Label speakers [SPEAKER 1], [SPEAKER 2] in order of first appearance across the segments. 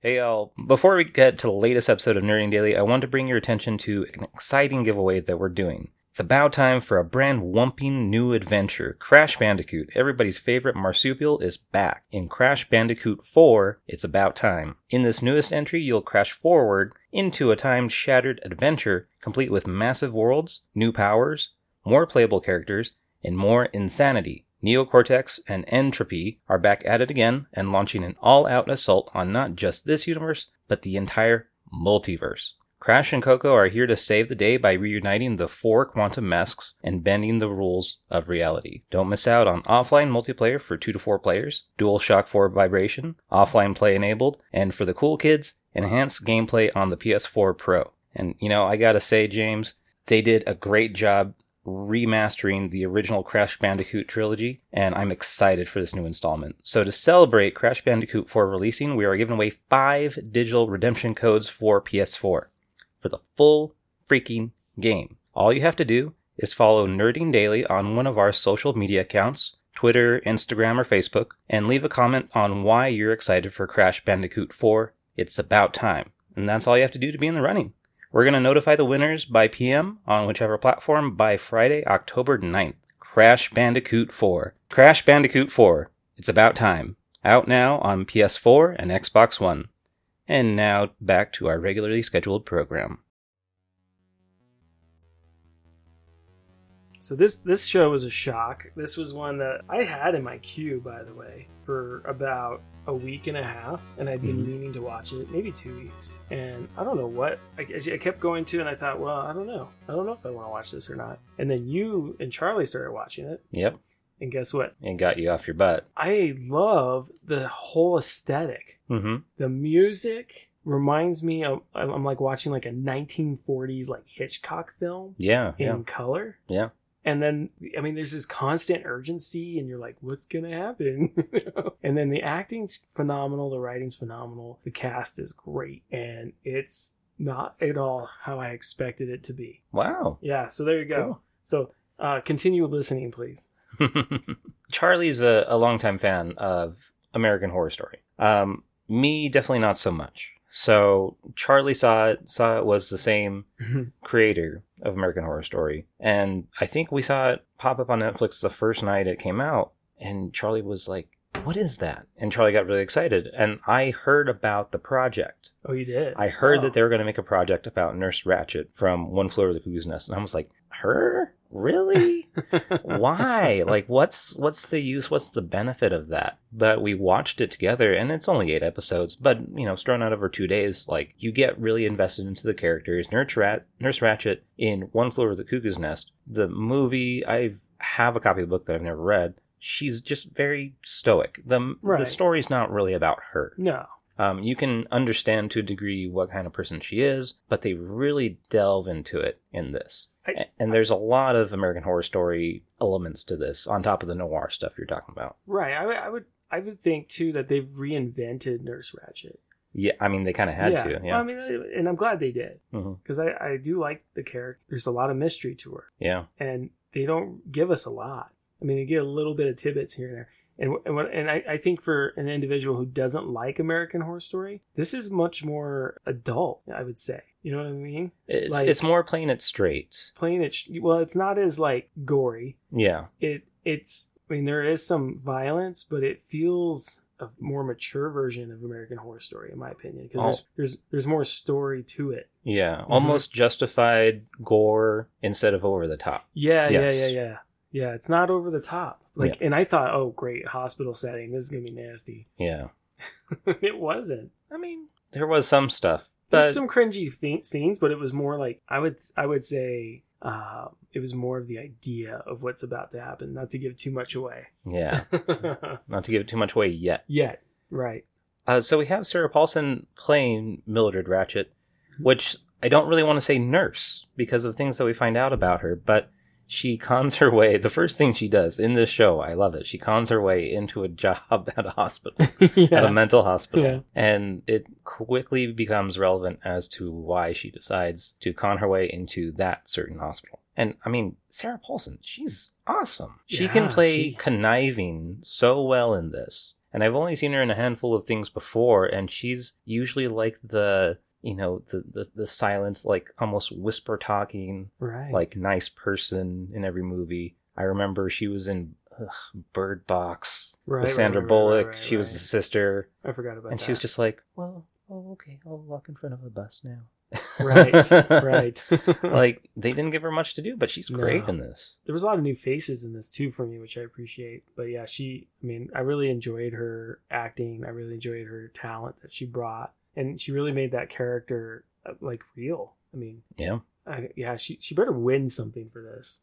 [SPEAKER 1] Hey, y'all. Before we get to the latest episode of Nerding Daily, I want to bring your attention to an exciting giveaway that we're doing. It's about time for a brand whumping new adventure. Crash Bandicoot, everybody's favorite marsupial, is back. In Crash Bandicoot 4, it's about time. In this newest entry, you'll crash forward into a time shattered adventure complete with massive worlds, new powers, more playable characters, and more insanity. Neocortex and Entropy are back at it again and launching an all out assault on not just this universe, but the entire multiverse. Crash and Coco are here to save the day by reuniting the four quantum masks and bending the rules of reality. Don't miss out on offline multiplayer for 2 to 4 players, DualShock 4 vibration, offline play enabled, and for the cool kids, enhanced gameplay on the PS4 Pro. And you know, I gotta say, James, they did a great job remastering the original Crash Bandicoot trilogy, and I'm excited for this new installment. So, to celebrate Crash Bandicoot 4 releasing, we are giving away five digital redemption codes for PS4 for the full freaking game. All you have to do is follow Nerding Daily on one of our social media accounts Twitter, Instagram, or Facebook and leave a comment on why you're excited for Crash Bandicoot 4. It's about time. And that's all you have to do to be in the running. We're going to notify the winners by PM on whichever platform by Friday, October 9th. Crash Bandicoot 4. Crash Bandicoot 4. It's about time. Out now on PS4 and Xbox One. And now back to our regularly scheduled program.
[SPEAKER 2] So this this show was a shock. This was one that I had in my queue, by the way, for about a week and a half, and I'd been
[SPEAKER 1] Mhm.
[SPEAKER 2] meaning to watch it, maybe two weeks. And I don't know what I, I kept going to, and I thought, well, I don't know, I don't know if I want to watch this or not. And then you and Charlie started watching it,
[SPEAKER 1] Yep,
[SPEAKER 2] and guess what?
[SPEAKER 1] it got you off your butt.
[SPEAKER 2] I love the whole aesthetic.
[SPEAKER 1] Mm-hmm.
[SPEAKER 2] The music reminds me of I'm I'm like watching like a 1940s like Hitchcock film
[SPEAKER 1] Yeah,
[SPEAKER 2] in
[SPEAKER 1] yeah,
[SPEAKER 2] color.
[SPEAKER 1] yeah.
[SPEAKER 2] And then, I mean, there's this constant urgency, and you're like, what's going to happen? You know? and then the acting's phenomenal, the writing's phenomenal, the cast is great, and it's not at all how I expected it to be.
[SPEAKER 1] Wow.
[SPEAKER 2] Yeah, so there you go.
[SPEAKER 1] Cool.
[SPEAKER 2] So uh, continue listening, please.
[SPEAKER 1] Charlie's a, a longtime fan of American Horror Story. Um, me, definitely not so much. So Charlie saw it, saw it was the same creator of American Horror Story. And I think we saw it pop up on Netflix the first night it came out. And Charlie was like, What is that? And Charlie got really excited. And I heard about the project.
[SPEAKER 2] oh, you did?
[SPEAKER 1] I heard
[SPEAKER 2] Oh.
[SPEAKER 1] that they were going to make a project about Nurse Ratchet from One Floor of the Cuckoo's Nest. And I was like, Her? Really? Why? Like what's what's the use? What's the benefit of that? But we watched it together and it's only 8 episodes, but you know, thrown out over 2 days, like you get really invested into the characters. Nurse, Rat- Nurse Ratchet in One Floor of the Cuckoo's Nest, the movie, I have a copy of the book that I've never read. She's just very stoic. The the
[SPEAKER 2] Right.
[SPEAKER 1] story's not really about her.
[SPEAKER 2] no.
[SPEAKER 1] Um, you can understand to a degree what kind of person she is, but they really delve into it in this.
[SPEAKER 2] I-
[SPEAKER 1] A- and there's a lot of American Horror Story elements to this, on top of the noir stuff you're talking about.
[SPEAKER 2] Right. I, would- I would. I would think too that they've reinvented Nurse Ratchet.
[SPEAKER 1] Yeah, I mean they kind of had to. Yeah,
[SPEAKER 2] Well, I mean, I- and I'm glad they did
[SPEAKER 1] hmm
[SPEAKER 2] because I, I do like the character. There's a lot of mystery to her.
[SPEAKER 1] yeah,
[SPEAKER 2] and they don't give us a lot. I mean, they get a little bit of tidbits here and there. And and, what, and I, I think for an individual who doesn't like American Horror Story, this is much more adult. I would say, you know what I mean?
[SPEAKER 1] it's
[SPEAKER 2] Like-
[SPEAKER 1] it's more playing it straight.
[SPEAKER 2] Playing it sh- well, it's not as like gory.
[SPEAKER 1] Yeah,
[SPEAKER 2] It it's I mean there is some violence, but it feels a more mature version of American Horror Story, in my opinion, because
[SPEAKER 1] Oh.
[SPEAKER 2] there's, there's there's more story to it.
[SPEAKER 1] yeah,
[SPEAKER 2] Mm-hmm.
[SPEAKER 1] almost justified gore instead of over the top.
[SPEAKER 2] Yeah,
[SPEAKER 1] Yes.
[SPEAKER 2] yeah, yeah, yeah. Yeah, it's not over the top. Like, and I thought, oh, great hospital setting. This is gonna be nasty.
[SPEAKER 1] Yeah,
[SPEAKER 2] it wasn't.
[SPEAKER 1] I mean there was some stuff, but
[SPEAKER 2] There's some cringy th- scenes, but it was more like I would I would say uh, it was more of the idea of what's about to happen, not to give too much away.
[SPEAKER 1] yeah, not to give it too much away yet.
[SPEAKER 2] Yet, right?
[SPEAKER 1] Uh, so we have Sarah Paulson playing Mildred Ratchet, which I don't really want to say nurse because of things that we find out about her, but she cons her way. The first thing she does in this show, I love it. She cons her way into a job at a hospital, at a
[SPEAKER 2] yeah.
[SPEAKER 1] mental hospital,
[SPEAKER 2] Yeah.
[SPEAKER 1] and it quickly becomes relevant as to why she decides to con her way into that certain hospital. And I mean, Sarah Paulson, she's awesome. She can
[SPEAKER 2] Yeah,
[SPEAKER 1] play
[SPEAKER 2] she-
[SPEAKER 1] conniving so well in this. And I've only seen her in a handful of things before, and she's usually like the you know the the, the silent, like almost whisper talking,
[SPEAKER 2] Right.
[SPEAKER 1] like nice person in every movie. I remember she was in ugh, Bird Box
[SPEAKER 2] right,
[SPEAKER 1] with
[SPEAKER 2] right,
[SPEAKER 1] Sandra
[SPEAKER 2] right, right,
[SPEAKER 1] Bullock.
[SPEAKER 2] right,
[SPEAKER 1] she was the
[SPEAKER 2] right.
[SPEAKER 1] sister,
[SPEAKER 2] I forgot about
[SPEAKER 1] and
[SPEAKER 2] that.
[SPEAKER 1] she was just like, "Well, oh okay, I'll walk in front of a bus now."
[SPEAKER 2] right, right.
[SPEAKER 1] like they didn't give her much to do, but she's great
[SPEAKER 2] No.
[SPEAKER 1] in this.
[SPEAKER 2] there was a lot of new faces in this too for me, which I appreciate. But yeah, she, I mean, I really enjoyed her acting. I really enjoyed her talent that she brought, and she really made that character uh, like real. I mean,
[SPEAKER 1] Yeah.
[SPEAKER 2] I, yeah, she she better win something for this.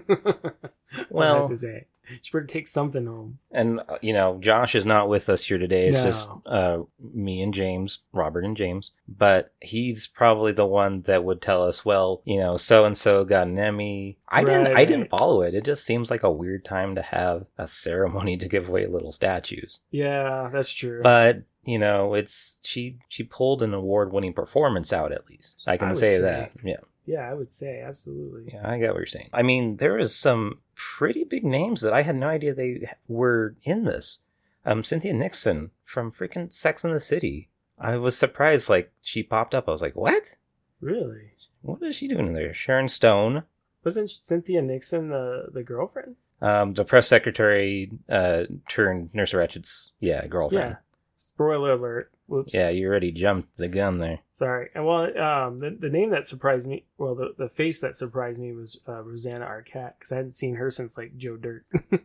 [SPEAKER 2] well, I
[SPEAKER 1] Well-
[SPEAKER 2] have to say, she better take something home.
[SPEAKER 1] And uh, you know, Josh is not with us here today. It's
[SPEAKER 2] No.
[SPEAKER 1] just uh, me and James, Robert and James. But he's probably the one that would tell us, well, you know, so and so got an Emmy. I didn't.
[SPEAKER 2] Right,
[SPEAKER 1] I didn't
[SPEAKER 2] right.
[SPEAKER 1] follow it. It just seems like a weird time to have a ceremony to give away little statues.
[SPEAKER 2] Yeah, that's true.
[SPEAKER 1] But you know, it's she. She pulled an award-winning performance out at least. I can
[SPEAKER 2] I would
[SPEAKER 1] say,
[SPEAKER 2] say.
[SPEAKER 1] that. Yeah.
[SPEAKER 2] yeah, I would say absolutely.
[SPEAKER 1] Yeah, I get what you're saying. I mean, there is some pretty big names that I had no idea they were in this. Um, Cynthia Nixon from freaking Sex and the City. I was surprised, like she popped up. I was like, "What?
[SPEAKER 2] Really,
[SPEAKER 1] What is she doing in there?" Sharon Stone,
[SPEAKER 2] wasn't Cynthia Nixon the the girlfriend?
[SPEAKER 1] um, the press secretary uh, turned Nurse Ratchet's yeah
[SPEAKER 2] Yeah.
[SPEAKER 1] girlfriend.
[SPEAKER 2] Spoiler alert. Whoops.
[SPEAKER 1] Yeah, you already jumped the gun there.
[SPEAKER 2] Sorry. And well, um, the, the name that surprised me, well, the, the face that surprised me was uh, Rosanna Arquette because I hadn't seen her since like Joe Dirt.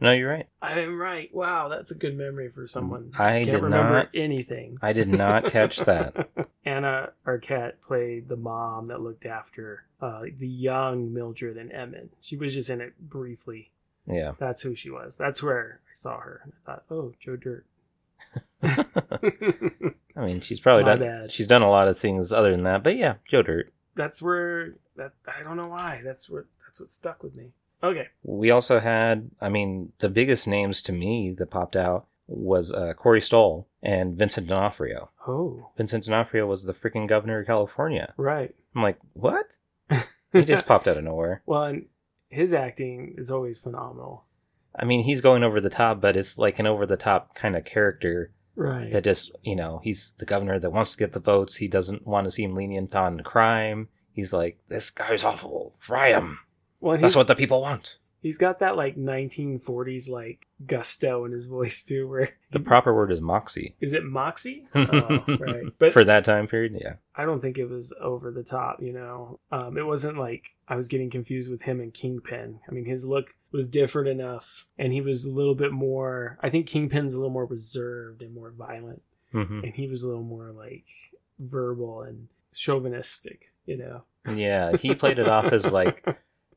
[SPEAKER 1] No, you're right.
[SPEAKER 2] I am right. Wow, that's a good memory for someone.
[SPEAKER 1] I
[SPEAKER 2] can't
[SPEAKER 1] did
[SPEAKER 2] remember
[SPEAKER 1] not-
[SPEAKER 2] anything.
[SPEAKER 1] I did not catch that.
[SPEAKER 2] Anna Arquette played the mom that looked after uh, the young Mildred and Emmett. She was just in it briefly.
[SPEAKER 1] Yeah.
[SPEAKER 2] That's who she was. That's where I saw her. And I thought, oh, Joe Dirt.
[SPEAKER 1] I mean, she's probably
[SPEAKER 2] My
[SPEAKER 1] done.
[SPEAKER 2] bad.
[SPEAKER 1] She's done a lot of things other than that, but yeah, Joe Dirt.
[SPEAKER 2] that's where that I don't know why. That's what that's what stuck with me. Okay.
[SPEAKER 1] We also had, I mean, the biggest names to me that popped out was uh, Corey Stoll and Vincent D'Onofrio.
[SPEAKER 2] Oh,
[SPEAKER 1] Vincent D'Onofrio was the freaking governor of California.
[SPEAKER 2] right.
[SPEAKER 1] I'm like, what? He just popped out of nowhere.
[SPEAKER 2] well, and his acting is always phenomenal.
[SPEAKER 1] I mean, he's going over the top, but it's like an over the top kind of character
[SPEAKER 2] Right.
[SPEAKER 1] that just, you know, he's the governor that wants to get the votes. He doesn't want to seem lenient on crime. He's like, this guy's awful. Fry him.
[SPEAKER 2] well, and
[SPEAKER 1] That's
[SPEAKER 2] he's,
[SPEAKER 1] what the people want.
[SPEAKER 2] he's got that like 1940s like gusto in his voice too. Where
[SPEAKER 1] The proper word is moxie.
[SPEAKER 2] is it moxie? oh, right. But
[SPEAKER 1] For that time period, yeah.
[SPEAKER 2] I don't think it was over the top. You know, um, it wasn't like I was getting confused with him and Kingpin. I mean, his look was different enough, and he was a little bit more. I think Kingpin's a little more reserved and more violent.
[SPEAKER 1] hmm
[SPEAKER 2] and he was a little more like verbal and chauvinistic, you know.
[SPEAKER 1] Yeah, he played it off as like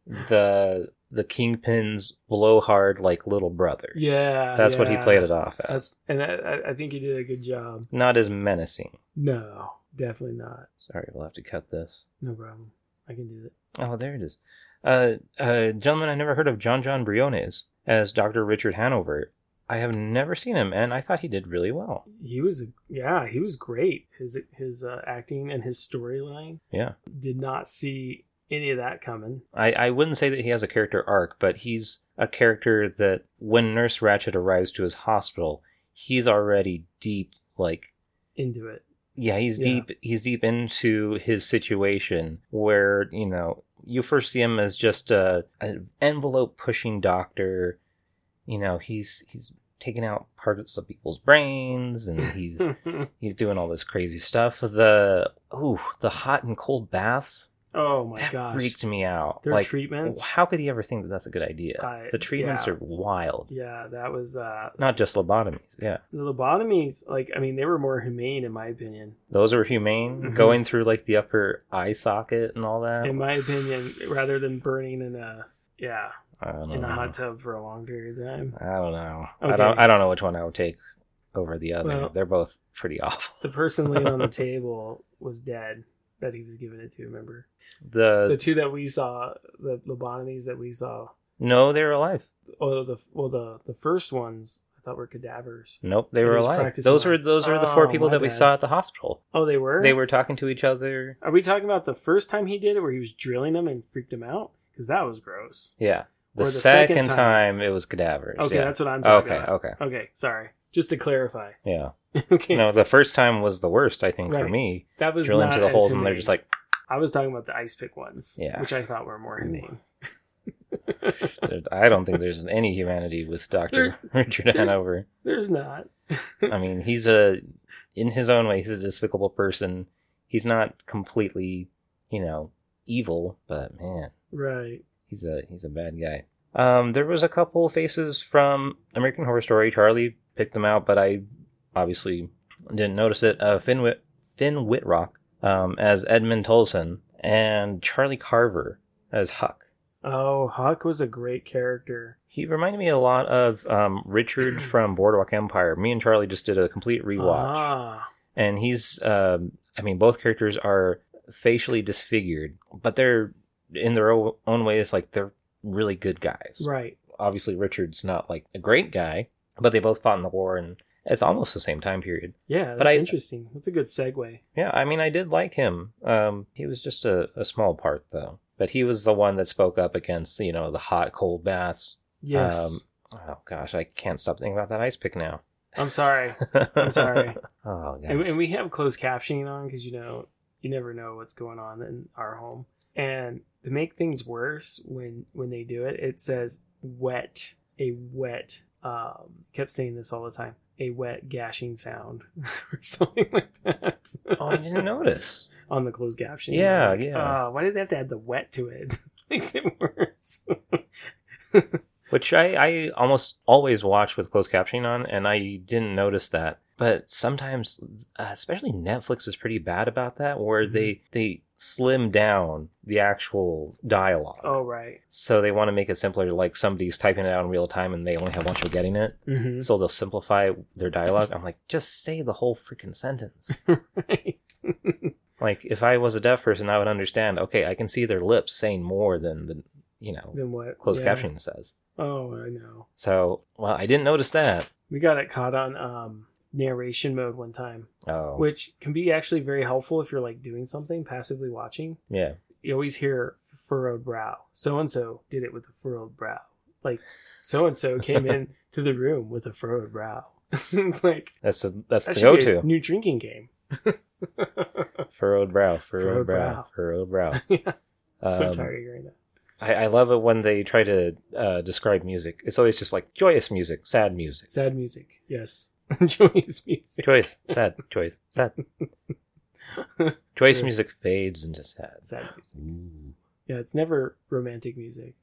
[SPEAKER 1] the the kingpin's blowhard like little brother.
[SPEAKER 2] yeah,
[SPEAKER 1] That's what he
[SPEAKER 2] yeah.
[SPEAKER 1] played it off as.
[SPEAKER 2] That's- and I, I- I think he did a good job.
[SPEAKER 1] Not as menacing.
[SPEAKER 2] No, definitely not.
[SPEAKER 1] Sorry, we'll have to cut this.
[SPEAKER 2] No problem. I can do it.
[SPEAKER 1] Oh, there it is. Uh, uh, gentlemen, I never heard of John John Briones as Doctor Richard Hanover. I have never seen him, and I thought he did really well.
[SPEAKER 2] He was, yeah, he was great. His his uh, acting and his storyline.
[SPEAKER 1] Yeah.
[SPEAKER 2] did not see any of that coming.
[SPEAKER 1] I, I wouldn't say that he has a character arc, but he's a character that when Nurse Ratchet arrives to his hospital, he's already deep, like
[SPEAKER 2] Into it,
[SPEAKER 1] yeah he's
[SPEAKER 2] Yeah.
[SPEAKER 1] deep he's deep into his situation where you know you first see him as just a an envelope pushing doctor you know he's he's taking out parts of people's brains and he's he's doing all this crazy stuff the ooh the hot and cold baths
[SPEAKER 2] oh my
[SPEAKER 1] that
[SPEAKER 2] gosh,
[SPEAKER 1] freaked me out
[SPEAKER 2] their
[SPEAKER 1] like
[SPEAKER 2] treatments.
[SPEAKER 1] how could he ever think that that's a good idea
[SPEAKER 2] I-
[SPEAKER 1] the treatments
[SPEAKER 2] yeah.
[SPEAKER 1] are wild
[SPEAKER 2] Yeah, that was uh,
[SPEAKER 1] not just lobotomies yeah
[SPEAKER 2] the lobotomies. Like, I mean, they were more humane in my opinion.
[SPEAKER 1] those are humane
[SPEAKER 2] Mhm.
[SPEAKER 1] going through like the upper eye socket and all that
[SPEAKER 2] in my opinion, rather than burning in a yeah
[SPEAKER 1] I don't
[SPEAKER 2] in
[SPEAKER 1] know.
[SPEAKER 2] a hot tub for a long period of time.
[SPEAKER 1] I don't know.
[SPEAKER 2] Okay.
[SPEAKER 1] I don't. I don't know which one I would take over the other.
[SPEAKER 2] Well-
[SPEAKER 1] They're both pretty awful.
[SPEAKER 2] The person laying on the table was dead that he was giving it to. Remember the
[SPEAKER 1] The
[SPEAKER 2] two that we saw, the lobotomies that we saw.
[SPEAKER 1] no, they were alive.
[SPEAKER 2] Oh, the well the the first ones I thought were cadavers.
[SPEAKER 1] Nope, they
[SPEAKER 2] He
[SPEAKER 1] were
[SPEAKER 2] was
[SPEAKER 1] alive.
[SPEAKER 2] practicing
[SPEAKER 1] Those were
[SPEAKER 2] on-
[SPEAKER 1] those were the four
[SPEAKER 2] Oh,
[SPEAKER 1] people
[SPEAKER 2] my
[SPEAKER 1] that we
[SPEAKER 2] bad.
[SPEAKER 1] saw at the hospital.
[SPEAKER 2] Oh, they were.
[SPEAKER 1] They were talking to each other.
[SPEAKER 2] Are we talking about the first time he did it, where he was drilling them and freaked him out? Because that was gross.
[SPEAKER 1] Yeah, The,
[SPEAKER 2] Or the
[SPEAKER 1] second,
[SPEAKER 2] second
[SPEAKER 1] time. it was cadavers.
[SPEAKER 2] Okay,
[SPEAKER 1] yeah.
[SPEAKER 2] that's what I'm talking
[SPEAKER 1] okay,
[SPEAKER 2] about.
[SPEAKER 1] okay,
[SPEAKER 2] Okay, sorry. Just to clarify.
[SPEAKER 1] yeah.
[SPEAKER 2] okay,
[SPEAKER 1] No, the first time was the worst, I think, for
[SPEAKER 2] Right.
[SPEAKER 1] me.
[SPEAKER 2] that was
[SPEAKER 1] Drill
[SPEAKER 2] not
[SPEAKER 1] into the
[SPEAKER 2] as
[SPEAKER 1] holes, and they're
[SPEAKER 2] humane.
[SPEAKER 1] just like
[SPEAKER 2] I was talking about the ice pick ones,
[SPEAKER 1] Yeah.
[SPEAKER 2] which I thought were more humane.
[SPEAKER 1] There- I don't think there's any humanity with Doctor Richard
[SPEAKER 2] they're-
[SPEAKER 1] Hanover.
[SPEAKER 2] There's not.
[SPEAKER 1] I mean, he's a in his own way, he's a despicable person. He's not completely, you know, evil, but man,
[SPEAKER 2] Right.
[SPEAKER 1] he's a he's a bad guy. Um, there was a couple faces from American Horror Story. Charlie picked them out, but I obviously didn't notice it. Uh, Finn Whit- Finn Whitrock um, as Edmund Tolson and Charlie Carver as Huck.
[SPEAKER 2] Oh, Huck was a great character.
[SPEAKER 1] He reminded me a lot of um, Richard from Boardwalk Empire. Me and Charlie just did a complete rewatch,
[SPEAKER 2] Ah,
[SPEAKER 1] and he's. Um, I mean, both characters are facially disfigured, but they're in their o- own ways like they're really good guys.
[SPEAKER 2] right.
[SPEAKER 1] Obviously, Richard's not like a great guy, but they both fought in the war, and it's almost the same time period.
[SPEAKER 2] Yeah, that's
[SPEAKER 1] But I-
[SPEAKER 2] interesting. That's a good segue.
[SPEAKER 1] Yeah, I mean, I did like him. Um, he was just a, a small part though, but he was the one that spoke up against you know the hot cold baths.
[SPEAKER 2] Yes.
[SPEAKER 1] Um, Oh gosh, I can't stop thinking about that ice pick now.
[SPEAKER 2] I'm sorry. I'm sorry.
[SPEAKER 1] oh god.
[SPEAKER 2] and, and we have closed captioning on because you know you never know what's going on in our home. And to make things worse, when when they do it, it says wet a wet. Um, kept saying this all the time. A wet gashing sound or something like that.
[SPEAKER 1] oh, I didn't notice.
[SPEAKER 2] on the closed caption.
[SPEAKER 1] Yeah,
[SPEAKER 2] Like,
[SPEAKER 1] yeah.
[SPEAKER 2] Uh, why did they have to add the wet to it? Makes it worse.
[SPEAKER 1] Which I, I almost always watch with closed captioning on, and I didn't notice that. But sometimes, uh, especially Netflix is pretty bad about that, where
[SPEAKER 2] Mm-hmm.
[SPEAKER 1] they they slim down the actual dialogue.
[SPEAKER 2] oh right.
[SPEAKER 1] So they want to make it simpler. Like somebody's typing it out in real time, and they only have one show getting it.
[SPEAKER 2] Mm-hmm.
[SPEAKER 1] So they'll simplify their dialogue. I'm like, just say the whole freaking sentence.
[SPEAKER 2] right.
[SPEAKER 1] Like if I was a deaf person, I would understand. Okay, I can see their lips saying more than the you know
[SPEAKER 2] then what?
[SPEAKER 1] closed
[SPEAKER 2] Yeah.
[SPEAKER 1] captioning says.
[SPEAKER 2] Oh, I know.
[SPEAKER 1] So well, I didn't notice that.
[SPEAKER 2] We got it caught on um, narration mode one time,
[SPEAKER 1] Oh,
[SPEAKER 2] which can be actually very helpful if you're like doing something passively watching.
[SPEAKER 1] yeah.
[SPEAKER 2] You always hear furrowed brow. So and so did it with a furrowed brow. Like so and so came in to the room with a furrowed brow. it's like
[SPEAKER 1] That's the that's
[SPEAKER 2] that
[SPEAKER 1] the go
[SPEAKER 2] should be a
[SPEAKER 1] to
[SPEAKER 2] new drinking game.
[SPEAKER 1] furrowed brow, furrowed,
[SPEAKER 2] Furrowed
[SPEAKER 1] brow,
[SPEAKER 2] brow.
[SPEAKER 1] furrowed brow.
[SPEAKER 2] yeah,
[SPEAKER 1] Um,
[SPEAKER 2] so tired of hearing that.
[SPEAKER 1] I, I love it when they try to uh, describe music. It's always just like joyous music, sad music,
[SPEAKER 2] Sad music. Yes. Joyous music.
[SPEAKER 1] joyous, sad, joyous, sad. Joyous
[SPEAKER 2] Sure.
[SPEAKER 1] music fades into sad.
[SPEAKER 2] Sad music.
[SPEAKER 1] Ooh.
[SPEAKER 2] Yeah, it's never romantic music.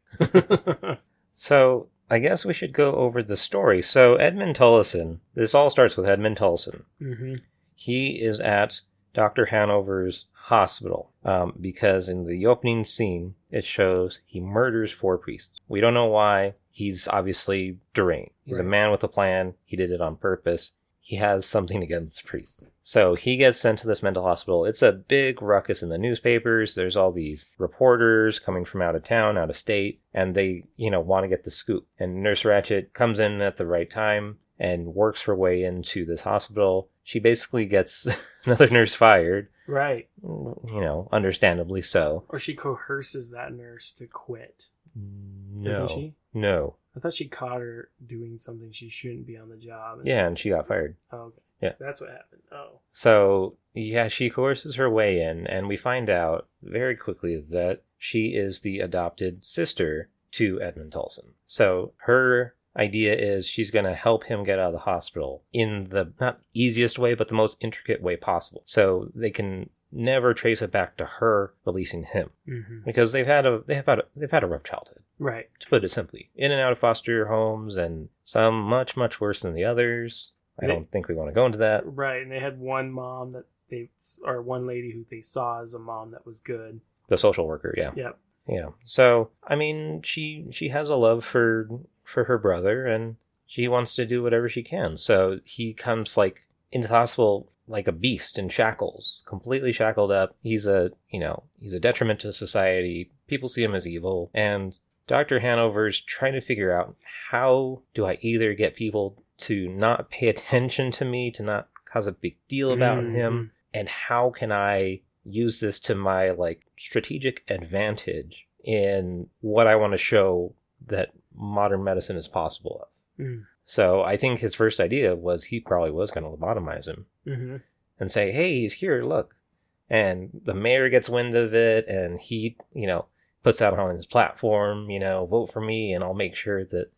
[SPEAKER 2] Mm-hmm.
[SPEAKER 1] So I guess we should go over the story. So Edmund Tullison. This all starts with Edmund Tullison.
[SPEAKER 2] hmm
[SPEAKER 1] he is at Dr. Hanover's hospital um, because in the opening scene, it shows he murders four priests. We don't know why. He's obviously deranged. He's a
[SPEAKER 2] Right.
[SPEAKER 1] man with a plan. He did it on purpose. He has something against priests. So he gets sent to this mental hospital. It's a big ruckus in the newspapers. There's all these reporters coming from out of town, out of state, and they, you know, want to get the scoop. And Nurse Ratchet comes in at the right time and works her way into this hospital. She basically gets another nurse fired,
[SPEAKER 2] Right.
[SPEAKER 1] you know, understandably so.
[SPEAKER 2] Or she coerces that nurse to quit,
[SPEAKER 1] No.
[SPEAKER 2] isn't she?
[SPEAKER 1] No.
[SPEAKER 2] I thought she caught her doing something she shouldn't be on the job. and-
[SPEAKER 1] Yeah, and she got fired.
[SPEAKER 2] Oh, okay.
[SPEAKER 1] Yeah.
[SPEAKER 2] That's what happened. Oh.
[SPEAKER 1] So, yeah, she coerces her way in, and we find out very quickly that she is the adopted sister to Edmund Tulson. So, her idea is she's going to help him get out of the hospital in the not easiest way, but the most intricate way possible. So, they can never trace it back to her releasing him
[SPEAKER 2] hmm
[SPEAKER 1] because they've had a they've had a, they've had a rough childhood
[SPEAKER 2] Right.
[SPEAKER 1] to put it simply in and out of foster homes and some much much worse than the others i
[SPEAKER 2] They-
[SPEAKER 1] don't think we want to go into that
[SPEAKER 2] Right. And they had one mom that they, or one lady who they saw as a mom that was good.
[SPEAKER 1] the social worker yeah
[SPEAKER 2] Yep.
[SPEAKER 1] Yeah. So I mean, she she has a love for for her brother, and she wants to do whatever she can. So he comes like into the hospital like a beast in shackles, completely shackled up. He's a you know he's a detriment to society. People see him as evil, and Doctor Hanover's trying to figure out how do I either get people to not pay attention to me, to not cause a big deal about
[SPEAKER 2] Mm. Mm-hmm.
[SPEAKER 1] him, and how can I use this to my like strategic advantage in what I want to show that modern medicine is possible of.
[SPEAKER 2] Mm.
[SPEAKER 1] So I think his first idea was he probably was going to lobotomize him
[SPEAKER 2] hmm
[SPEAKER 1] and say, "Hey, he's here. Look." And the mayor gets wind of it, and he, you know, puts out on his platform, you know, vote for me, and I'll make sure that,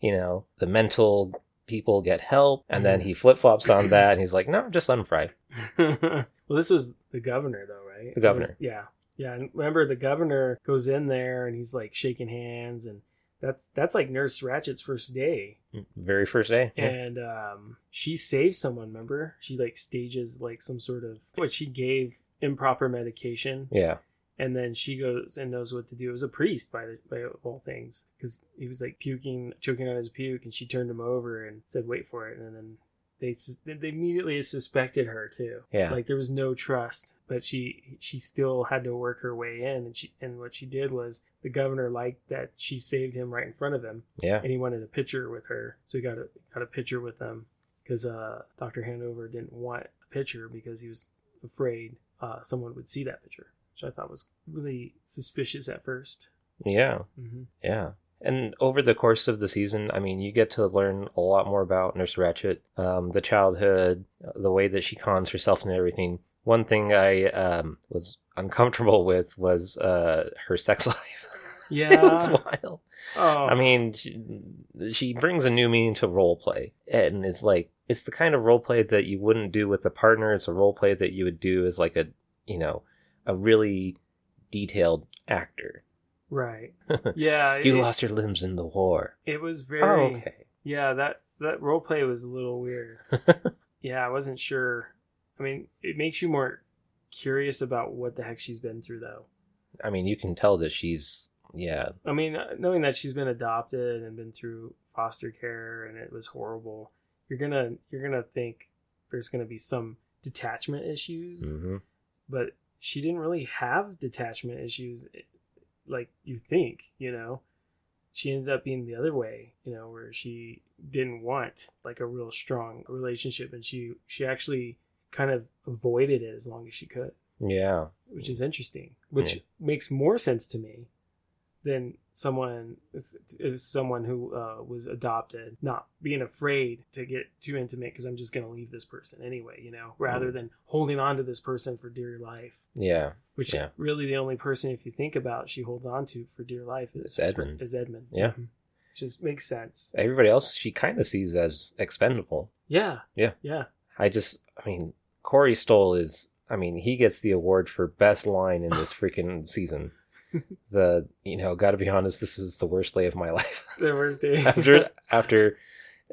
[SPEAKER 1] you know, the mental people get help. And then he flip flops on that, and he's like, "No, just let him fry."
[SPEAKER 2] well, this was the governor, though, right?
[SPEAKER 1] The governor.
[SPEAKER 2] It was- yeah, yeah. And remember, the governor goes in there and he's like shaking hands, and that's that's like Nurse Ratchet's first day.
[SPEAKER 1] Very first day. Yeah.
[SPEAKER 2] And um, she saves someone. Remember, she like stages like some sort of what she gave improper medication,
[SPEAKER 1] Yeah.
[SPEAKER 2] and then she goes and knows what to do. It was a priest by the by all things because he was like puking, choking on his puke, and she turned him over and said, "Wait for it," and then. They, sus- they immediately suspected her too
[SPEAKER 1] Yeah.
[SPEAKER 2] like there was no trust but she she still had to work her way in and she and what she did was the governor liked that she saved him right in front of him
[SPEAKER 1] yeah.
[SPEAKER 2] and he wanted a picture with her so he got a got a picture with them because uh dr hanover didn't want a picture because he was afraid uh someone would see that picture which i thought was really suspicious at 1st
[SPEAKER 1] Yeah.
[SPEAKER 2] mm-hmm.
[SPEAKER 1] Yeah. And over the course of the season, I mean, you get to learn a lot more about Nurse Ratchet, um, the childhood, the way that she cons herself and everything. One thing I um, was uncomfortable with was uh, her sex life. it was
[SPEAKER 2] yeah
[SPEAKER 1] wild.
[SPEAKER 2] oh
[SPEAKER 1] I mean, she, she brings a new meaning to role play, and it's like it's the kind of role play that you wouldn't do with a partner. It's a role play that you would do as like a you know a really detailed actor.
[SPEAKER 2] right yeah
[SPEAKER 1] You
[SPEAKER 2] it,
[SPEAKER 1] lost your limbs in the war.
[SPEAKER 2] it was very
[SPEAKER 1] Oh, okay.
[SPEAKER 2] Yeah, that that role play was a little weird. yeah, I wasn't sure. I mean, it makes you more curious about what the heck she's been through, though.
[SPEAKER 1] I mean, you can tell that she's yeah,
[SPEAKER 2] I mean, uh, knowing that she's been adopted and been through foster care and it was horrible, you're gonna you're gonna think there's gonna be some detachment issues,
[SPEAKER 1] hmm
[SPEAKER 2] but she didn't really have detachment issues, eh, like you think, you know. She ended up being the other way, you know, where she didn't want like a real strong relationship, and she she actually kind of avoided it as long as she could,
[SPEAKER 1] yeah,
[SPEAKER 2] which is interesting, which
[SPEAKER 1] Hmm.
[SPEAKER 2] makes more sense to me than someone is someone who uh, was adopted not being afraid to get too intimate because I'm just gonna leave this person anyway, you know,
[SPEAKER 1] Hmm.
[SPEAKER 2] rather than holding on to this person for dear life
[SPEAKER 1] yeah.
[SPEAKER 2] which
[SPEAKER 1] Yeah.
[SPEAKER 2] really the only person if you think about she holds on to for dear life is
[SPEAKER 1] It's Edmund.
[SPEAKER 2] is Edmund.
[SPEAKER 1] Yeah. Eh.
[SPEAKER 2] Mhm. Which just makes sense.
[SPEAKER 1] Everybody else she kind of sees as expendable.
[SPEAKER 2] Yeah.
[SPEAKER 1] Yeah.
[SPEAKER 2] Yeah.
[SPEAKER 1] I just, I mean, Corey Stoll is. I mean, he gets the award for best line in this freaking season. The you know, got to be honest, this is the worst day of my life.
[SPEAKER 2] The worst day.
[SPEAKER 1] after after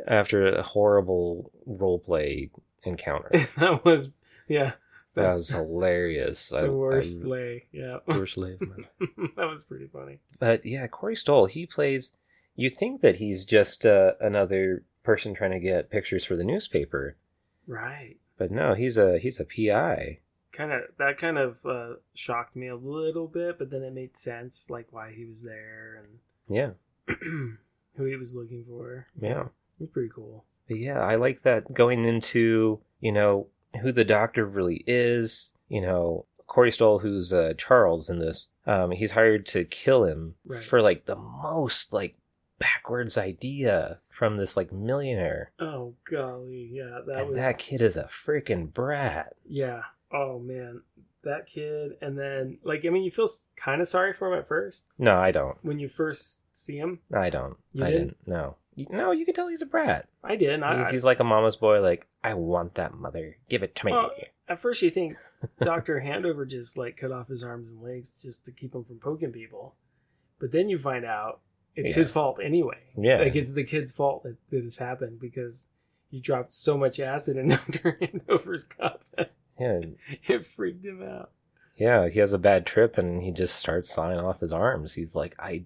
[SPEAKER 1] after a horrible role play encounter,
[SPEAKER 2] that was yeah.
[SPEAKER 1] that was hilarious. I-
[SPEAKER 2] the worst
[SPEAKER 1] I-
[SPEAKER 2] lay. Yeah.
[SPEAKER 1] worst lay of my life.
[SPEAKER 2] that was pretty funny.
[SPEAKER 1] But yeah, Corey Stoll, he plays. You think that he's just uh, another person trying to get pictures for the newspaper,
[SPEAKER 2] Right.
[SPEAKER 1] but no, he's a he's a PI.
[SPEAKER 2] Kind of that kind of uh, shocked me a little bit, but then it made sense like why he was there
[SPEAKER 1] Yeah,
[SPEAKER 2] and who he was looking for.
[SPEAKER 1] yeah,
[SPEAKER 2] It was pretty cool.
[SPEAKER 1] but yeah. I like that going into you know who the doctor really is. You know, Corey Stoll, who's uh, Charles in this, um, he's hired to kill him
[SPEAKER 2] Right.
[SPEAKER 1] for like the most like backwards idea from this like millionaire,
[SPEAKER 2] Oh golly, yeah, that
[SPEAKER 1] and
[SPEAKER 2] was
[SPEAKER 1] that kid is a freaking brat.
[SPEAKER 2] Yeah. Oh man, that kid. And then, like, I mean, you feel kind of sorry for him at first
[SPEAKER 1] No, I don't.
[SPEAKER 2] when you first see him.
[SPEAKER 1] I don't.
[SPEAKER 2] You
[SPEAKER 1] I
[SPEAKER 2] didn't?
[SPEAKER 1] didn't. No. You- No, you can tell he's a brat.
[SPEAKER 2] I did. And
[SPEAKER 1] He's,
[SPEAKER 2] I,
[SPEAKER 1] he's like a mama's boy. Like I want that mother. Give it to me.
[SPEAKER 2] Well- at first, you think Doctor Handover just like cut off his arms and legs just to keep him from poking people, but then you find out it's
[SPEAKER 1] Yeah.
[SPEAKER 2] his fault anyway.
[SPEAKER 1] Yeah.
[SPEAKER 2] Like it's the kid's fault that, that this happened because he dropped so much acid in Doctor Handover's cup that
[SPEAKER 1] yeah,
[SPEAKER 2] it freaked him out.
[SPEAKER 1] yeah. He has a bad trip, and he just starts sawing off his arms. He's like, I,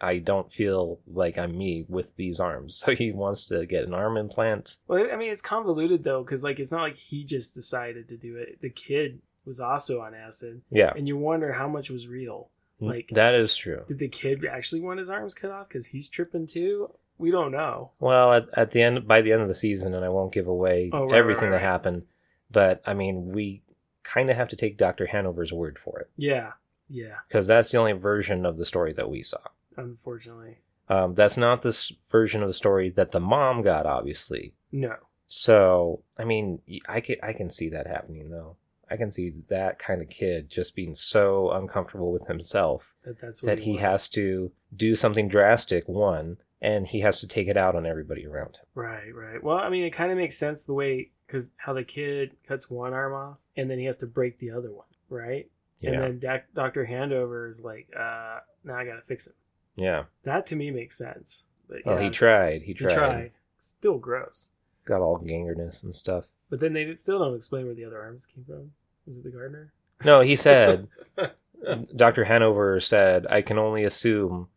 [SPEAKER 1] I don't feel like I'm me with these arms. So he wants to get an arm implant.
[SPEAKER 2] Well, I mean, it's convoluted though, because like it's not like he just decided to do it. The kid was also on acid,
[SPEAKER 1] Yeah, Mm,
[SPEAKER 2] and you wonder how much was real. Like-
[SPEAKER 1] that is true.
[SPEAKER 2] Did the kid actually want his arms cut off because he's tripping too? We don't know.
[SPEAKER 1] Well, at, at the end, by the end of the season, and I won't give away
[SPEAKER 2] Oh, right, right,
[SPEAKER 1] everything
[SPEAKER 2] right,
[SPEAKER 1] that
[SPEAKER 2] right.
[SPEAKER 1] happened, but I mean, we kind of have to take Doctor Hanover's word for it
[SPEAKER 2] Yeah, yeah.
[SPEAKER 1] because that's the only version of the story that we saw.
[SPEAKER 2] Unfortunately,
[SPEAKER 1] Um, that's not this version of the story that the mom got, obviously.
[SPEAKER 2] No.
[SPEAKER 1] So, I mean, y- I can I can see that happening though. I can see that kind of kid just being so uncomfortable with himself
[SPEAKER 2] That that's what
[SPEAKER 1] that he
[SPEAKER 2] wanted.
[SPEAKER 1] has to do something drastic. One, and he has to take it out on everybody around him.
[SPEAKER 2] Right, right. Well, I mean, it kind of makes sense the way because how the kid cuts one arm off and then he has to break the other one, right? And then Doc Doctor Handover is like, uh, now I gotta fix it.
[SPEAKER 1] yeah.
[SPEAKER 2] That to me makes sense. But
[SPEAKER 1] Well,
[SPEAKER 2] yeah,
[SPEAKER 1] Oh, he tried. He
[SPEAKER 2] he
[SPEAKER 1] tried.
[SPEAKER 2] Still gross.
[SPEAKER 1] Got all gangrenous and stuff.
[SPEAKER 2] But then they did, still don't explain where the other arms came from. Was it the gardener?
[SPEAKER 1] No, he said Dr. Hanover said, I can only assume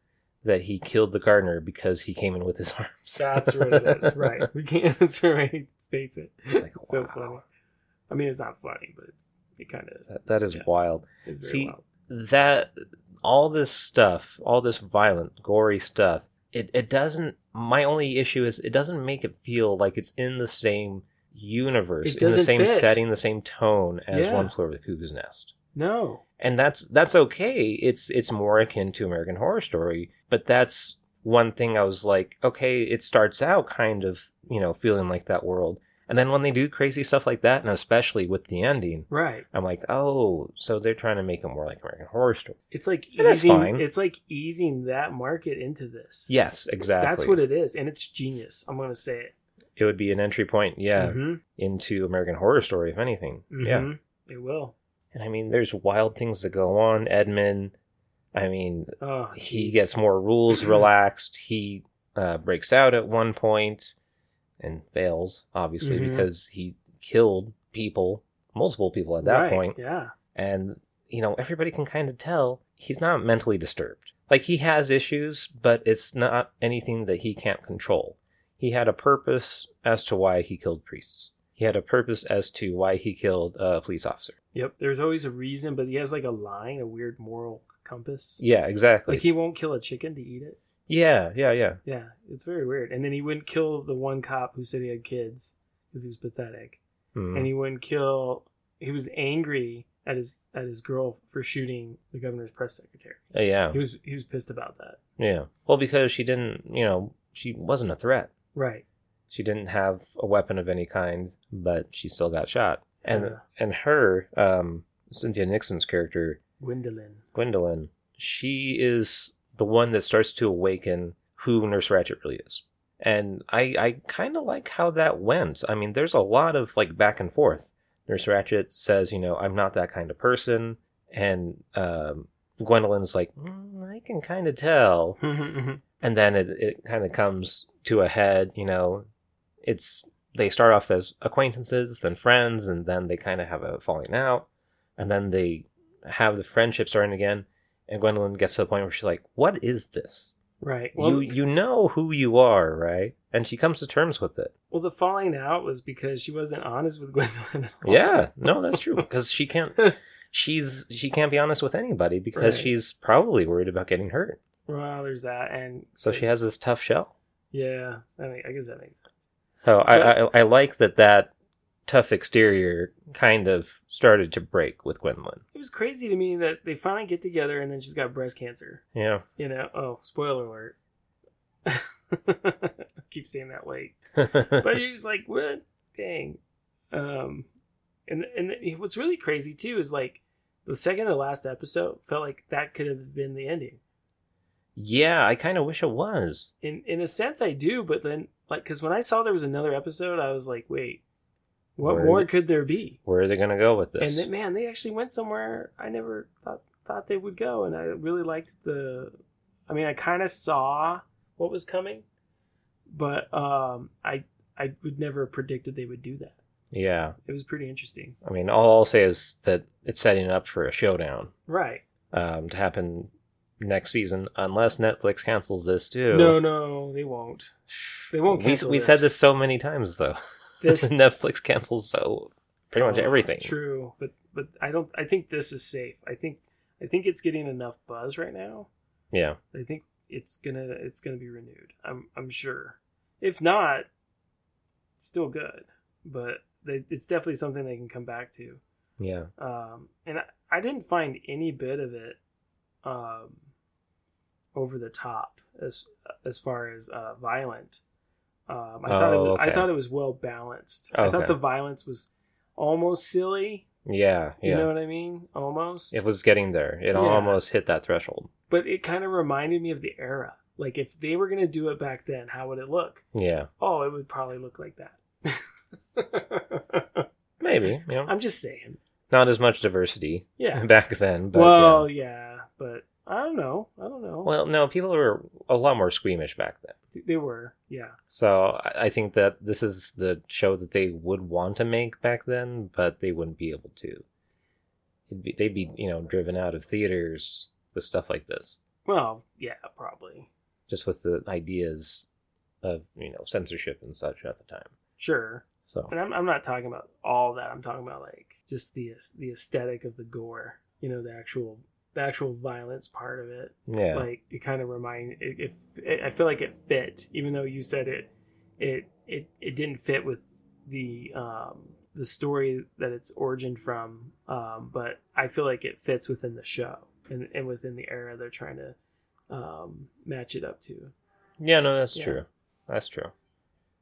[SPEAKER 1] that he killed the gardener because he came in with his arms.
[SPEAKER 2] That's what it is. Right. We can't. That's where he states it.
[SPEAKER 1] Like,
[SPEAKER 2] It's so
[SPEAKER 1] wow.
[SPEAKER 2] funny. I mean, it's not funny, but it's, it kind of
[SPEAKER 1] That, that is
[SPEAKER 2] Yeah.
[SPEAKER 1] wild.
[SPEAKER 2] is very
[SPEAKER 1] See,
[SPEAKER 2] wild.
[SPEAKER 1] That, all this stuff, all this violent, gory stuff, it, it doesn't, my only issue is it doesn't make it feel like it's in the same universe,
[SPEAKER 2] It
[SPEAKER 1] in the
[SPEAKER 2] doesn't
[SPEAKER 1] same
[SPEAKER 2] fit.
[SPEAKER 1] setting, the same tone as
[SPEAKER 2] Yeah.
[SPEAKER 1] One Floor of the Cuckoo's Nest.
[SPEAKER 2] No.
[SPEAKER 1] and that's that's okay. It's it's more akin to American Horror Story, but that's one thing I was like, okay, it starts out kind of you know feeling like that world, and then when they do crazy stuff like that, and especially with the ending,
[SPEAKER 2] Right.
[SPEAKER 1] I'm like, oh, so they're trying to make it more like American Horror Story.
[SPEAKER 2] It's like
[SPEAKER 1] And that's
[SPEAKER 2] easing.
[SPEAKER 1] fine.
[SPEAKER 2] It's like easing that market into this.
[SPEAKER 1] Yes, exactly.
[SPEAKER 2] That's what it is, and it's genius. I'm gonna say it.
[SPEAKER 1] it would be an entry point, yeah,
[SPEAKER 2] hmm
[SPEAKER 1] into American Horror Story, if anything.
[SPEAKER 2] Mm-hmm.
[SPEAKER 1] Yeah,
[SPEAKER 2] It will.
[SPEAKER 1] and I mean, there's wild things that go on. Edmund, I mean,
[SPEAKER 2] Oh,
[SPEAKER 1] he
[SPEAKER 2] jeez.
[SPEAKER 1] gets more rules relaxed. He uh, breaks out at one point and fails, obviously,
[SPEAKER 2] Mhm.
[SPEAKER 1] because he killed people, multiple people at that
[SPEAKER 2] Right,
[SPEAKER 1] point.
[SPEAKER 2] Yeah.
[SPEAKER 1] And, you know, everybody can kind of tell he's not mentally disturbed. Like, he has issues, but it's not anything that he can't control. He had a purpose as to why he killed priests, he had a purpose as to why he killed a police officer.
[SPEAKER 2] Yep. There's always a reason, but he has like a line, a weird moral compass.
[SPEAKER 1] Yeah, exactly.
[SPEAKER 2] Like he won't kill a chicken to eat it.
[SPEAKER 1] yeah, yeah, yeah.
[SPEAKER 2] Yeah, it's very weird. And then he wouldn't kill the one cop who said he had kids because he was pathetic.
[SPEAKER 1] Mhm.
[SPEAKER 2] And he wouldn't kill. He was angry at his at his girl for shooting the governor's press secretary.
[SPEAKER 1] Uh, yeah.
[SPEAKER 2] He was he was pissed about that.
[SPEAKER 1] Yeah. Well, because she didn't, you know, she wasn't a threat.
[SPEAKER 2] Right.
[SPEAKER 1] She didn't have a weapon of any kind, but she still got shot. And
[SPEAKER 2] Yeah.
[SPEAKER 1] and her, um, Cynthia Nixon's character,
[SPEAKER 2] Gwendolyn.
[SPEAKER 1] Gwendolyn, she is the one that starts to awaken who Nurse Ratchet really is. And I I kind of like how that went. I mean, there's a lot of like back and forth. Nurse Ratchet says, you know, I'm not that kind of person, and um, Gwendolyn's like, mm, I can kind of tell
[SPEAKER 2] Mm-hmm,
[SPEAKER 1] and then it, it kind of comes to a head you know it's they start off as acquaintances then friends and then they kind of have a falling out and then they have the friendship starting again and gwendolyn gets to the point where she's like what is this
[SPEAKER 2] right. Well,
[SPEAKER 1] you you know who you are right and she comes to terms with it
[SPEAKER 2] well, the falling out was because she wasn't honest with Gwendolyn. at all.
[SPEAKER 1] yeah no that's true because she can't she's she can't be honest with anybody because
[SPEAKER 2] Right.
[SPEAKER 1] she's probably worried about getting hurt
[SPEAKER 2] Well, there's that, and
[SPEAKER 1] so she has
[SPEAKER 2] this.
[SPEAKER 1] this tough shell
[SPEAKER 2] Yeah, I mean, I guess that makes sense.
[SPEAKER 1] So I,
[SPEAKER 2] Yeah.
[SPEAKER 1] I I like that that tough exterior kind of started to break with Gwendolyn.
[SPEAKER 2] It was crazy to me that they finally get together, and then she's got breast cancer.
[SPEAKER 1] Yeah,
[SPEAKER 2] you know oh spoiler alert keep saying that late but you're just like what dang um and and what's really crazy too is like the second to last episode felt like that could have been the ending
[SPEAKER 1] yeah. I kind of wish it was.
[SPEAKER 2] in in a sense i do but then like because when i saw there was another episode i was like wait what
[SPEAKER 1] Where-
[SPEAKER 2] more could there be
[SPEAKER 1] Where are they gonna go with this?
[SPEAKER 2] and then, man they actually went somewhere i never thought thought they would go and i really liked the i mean i kind of saw what was coming but um i i would never have predicted they would do that
[SPEAKER 1] yeah,
[SPEAKER 2] it was pretty interesting
[SPEAKER 1] I mean, all I'll say is that it's setting up for a showdown
[SPEAKER 2] right
[SPEAKER 1] um, to happen next season, unless Netflix cancels this too.
[SPEAKER 2] no no they won't they won't
[SPEAKER 1] we,
[SPEAKER 2] cancel
[SPEAKER 1] we
[SPEAKER 2] this.
[SPEAKER 1] said this so many times though.
[SPEAKER 2] This-
[SPEAKER 1] Netflix cancels so pretty much
[SPEAKER 2] Oh,
[SPEAKER 1] everything.
[SPEAKER 2] true but but i don't i think this is safe i think i think it's getting enough buzz right now
[SPEAKER 1] Yeah,
[SPEAKER 2] I think it's gonna it's gonna be renewed. I'm I'm sure. If not, it's still good, but they, it's definitely something they can come back to.
[SPEAKER 1] yeah.
[SPEAKER 2] Um, and I, I didn't find any bit of it um, over the top as as far as uh, violent. Um, I thought it
[SPEAKER 1] Oh,
[SPEAKER 2] was, I
[SPEAKER 1] okay.
[SPEAKER 2] thought it was well balanced. I
[SPEAKER 1] Okay.
[SPEAKER 2] thought the violence was almost silly.
[SPEAKER 1] Yeah, yeah.
[SPEAKER 2] You know what I mean? Almost.
[SPEAKER 1] it was getting there. It
[SPEAKER 2] Yeah.
[SPEAKER 1] almost hit that threshold.
[SPEAKER 2] but it kind of reminded me of the era. Like if they were gonna do it back then, how would it look?
[SPEAKER 1] Yeah,
[SPEAKER 2] Oh, it would probably look like that.
[SPEAKER 1] maybe. You know,
[SPEAKER 2] I'm just saying.
[SPEAKER 1] not as much diversity
[SPEAKER 2] Yeah.
[SPEAKER 1] back then. But
[SPEAKER 2] well,
[SPEAKER 1] yeah.
[SPEAKER 2] yeah. but I don't know. I don't know.
[SPEAKER 1] well, no, people were a lot more squeamish back then.
[SPEAKER 2] They were, yeah.
[SPEAKER 1] So I- I think that this is the show that they would want to make back then, but they wouldn't be able to. It'd be, they'd be, you know, driven out of theaters with stuff like this,
[SPEAKER 2] Well, yeah, probably.
[SPEAKER 1] just with the ideas of you know censorship and such at the time.
[SPEAKER 2] Sure.
[SPEAKER 1] So
[SPEAKER 2] And I'm, I'm not talking about all that. I'm talking about like just the the aesthetic of the gore. You know, the actual the actual violence part of it.
[SPEAKER 1] yeah,
[SPEAKER 2] Like it kind of remind it, it, it. I feel like it fit, even though you said it. It it it didn't fit with the um the story that it's origin from. Um, but I feel like it fits within the show and and within the era they're trying to um match it up to.
[SPEAKER 1] yeah, no, that's
[SPEAKER 2] Yeah.
[SPEAKER 1] true. That's true.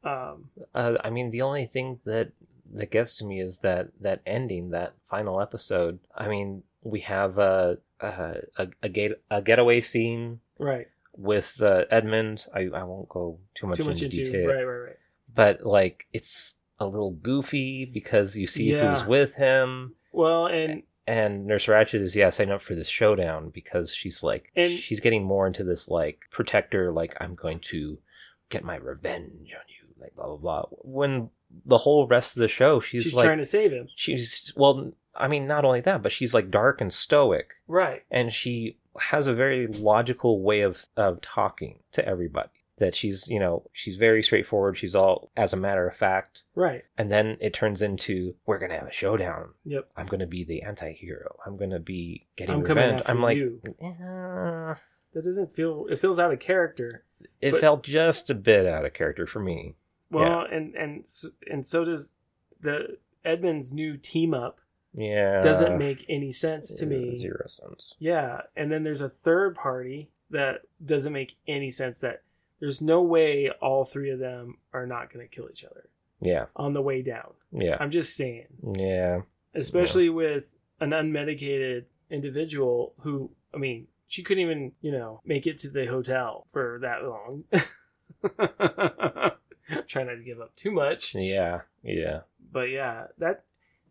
[SPEAKER 2] Um,
[SPEAKER 1] Uh, I mean, the only thing that that gets to me is that that ending, that final episode. I mean, we have a a a, a, get, a getaway scene
[SPEAKER 2] right.
[SPEAKER 1] with uh, Edmund. I, I won't go too much,
[SPEAKER 2] Too much
[SPEAKER 1] into,
[SPEAKER 2] into
[SPEAKER 1] detail,
[SPEAKER 2] right, right, right.
[SPEAKER 1] but like it's a little goofy because you see who's
[SPEAKER 2] Yeah.
[SPEAKER 1] with him.
[SPEAKER 2] Well, and
[SPEAKER 1] And Nurse Ratched is yeah signing up for this showdown because she's like
[SPEAKER 2] And-
[SPEAKER 1] she's getting more into this like protector like I'm going to get my revenge on you like blah blah blah. When the whole rest of the show she's,
[SPEAKER 2] she's,
[SPEAKER 1] like
[SPEAKER 2] trying to save him.
[SPEAKER 1] she's well I mean not only that but she's like dark and stoic
[SPEAKER 2] Right.
[SPEAKER 1] and she has a very logical way of of talking to everybody that she's you know she's very straightforward she's all as a matter of fact
[SPEAKER 2] Right.
[SPEAKER 1] and then it turns into we're gonna have a showdown
[SPEAKER 2] Yep.
[SPEAKER 1] i'm gonna be the anti-hero i'm gonna be getting
[SPEAKER 2] I'm coming
[SPEAKER 1] revenge
[SPEAKER 2] after
[SPEAKER 1] i'm like
[SPEAKER 2] you.
[SPEAKER 1] "Eh."
[SPEAKER 2] That doesn't feel. It feels out of character.
[SPEAKER 1] it
[SPEAKER 2] But-
[SPEAKER 1] felt just a bit out of character for me
[SPEAKER 2] Well, and and s- and so does the Edmund's new team up.
[SPEAKER 1] yeah
[SPEAKER 2] Doesn't make any sense to me.
[SPEAKER 1] Uh, zero sense
[SPEAKER 2] Yeah, and then there's a third party that doesn't make any sense. That there's no way all three of them are not going to kill each other
[SPEAKER 1] yeah
[SPEAKER 2] on the way down.
[SPEAKER 1] yeah
[SPEAKER 2] I'm just saying,
[SPEAKER 1] yeah
[SPEAKER 2] especially with an unmedicated individual who, I mean, she couldn't even you know make it to the hotel for that long. Try not to give up too much.
[SPEAKER 1] yeah yeah
[SPEAKER 2] but yeah, that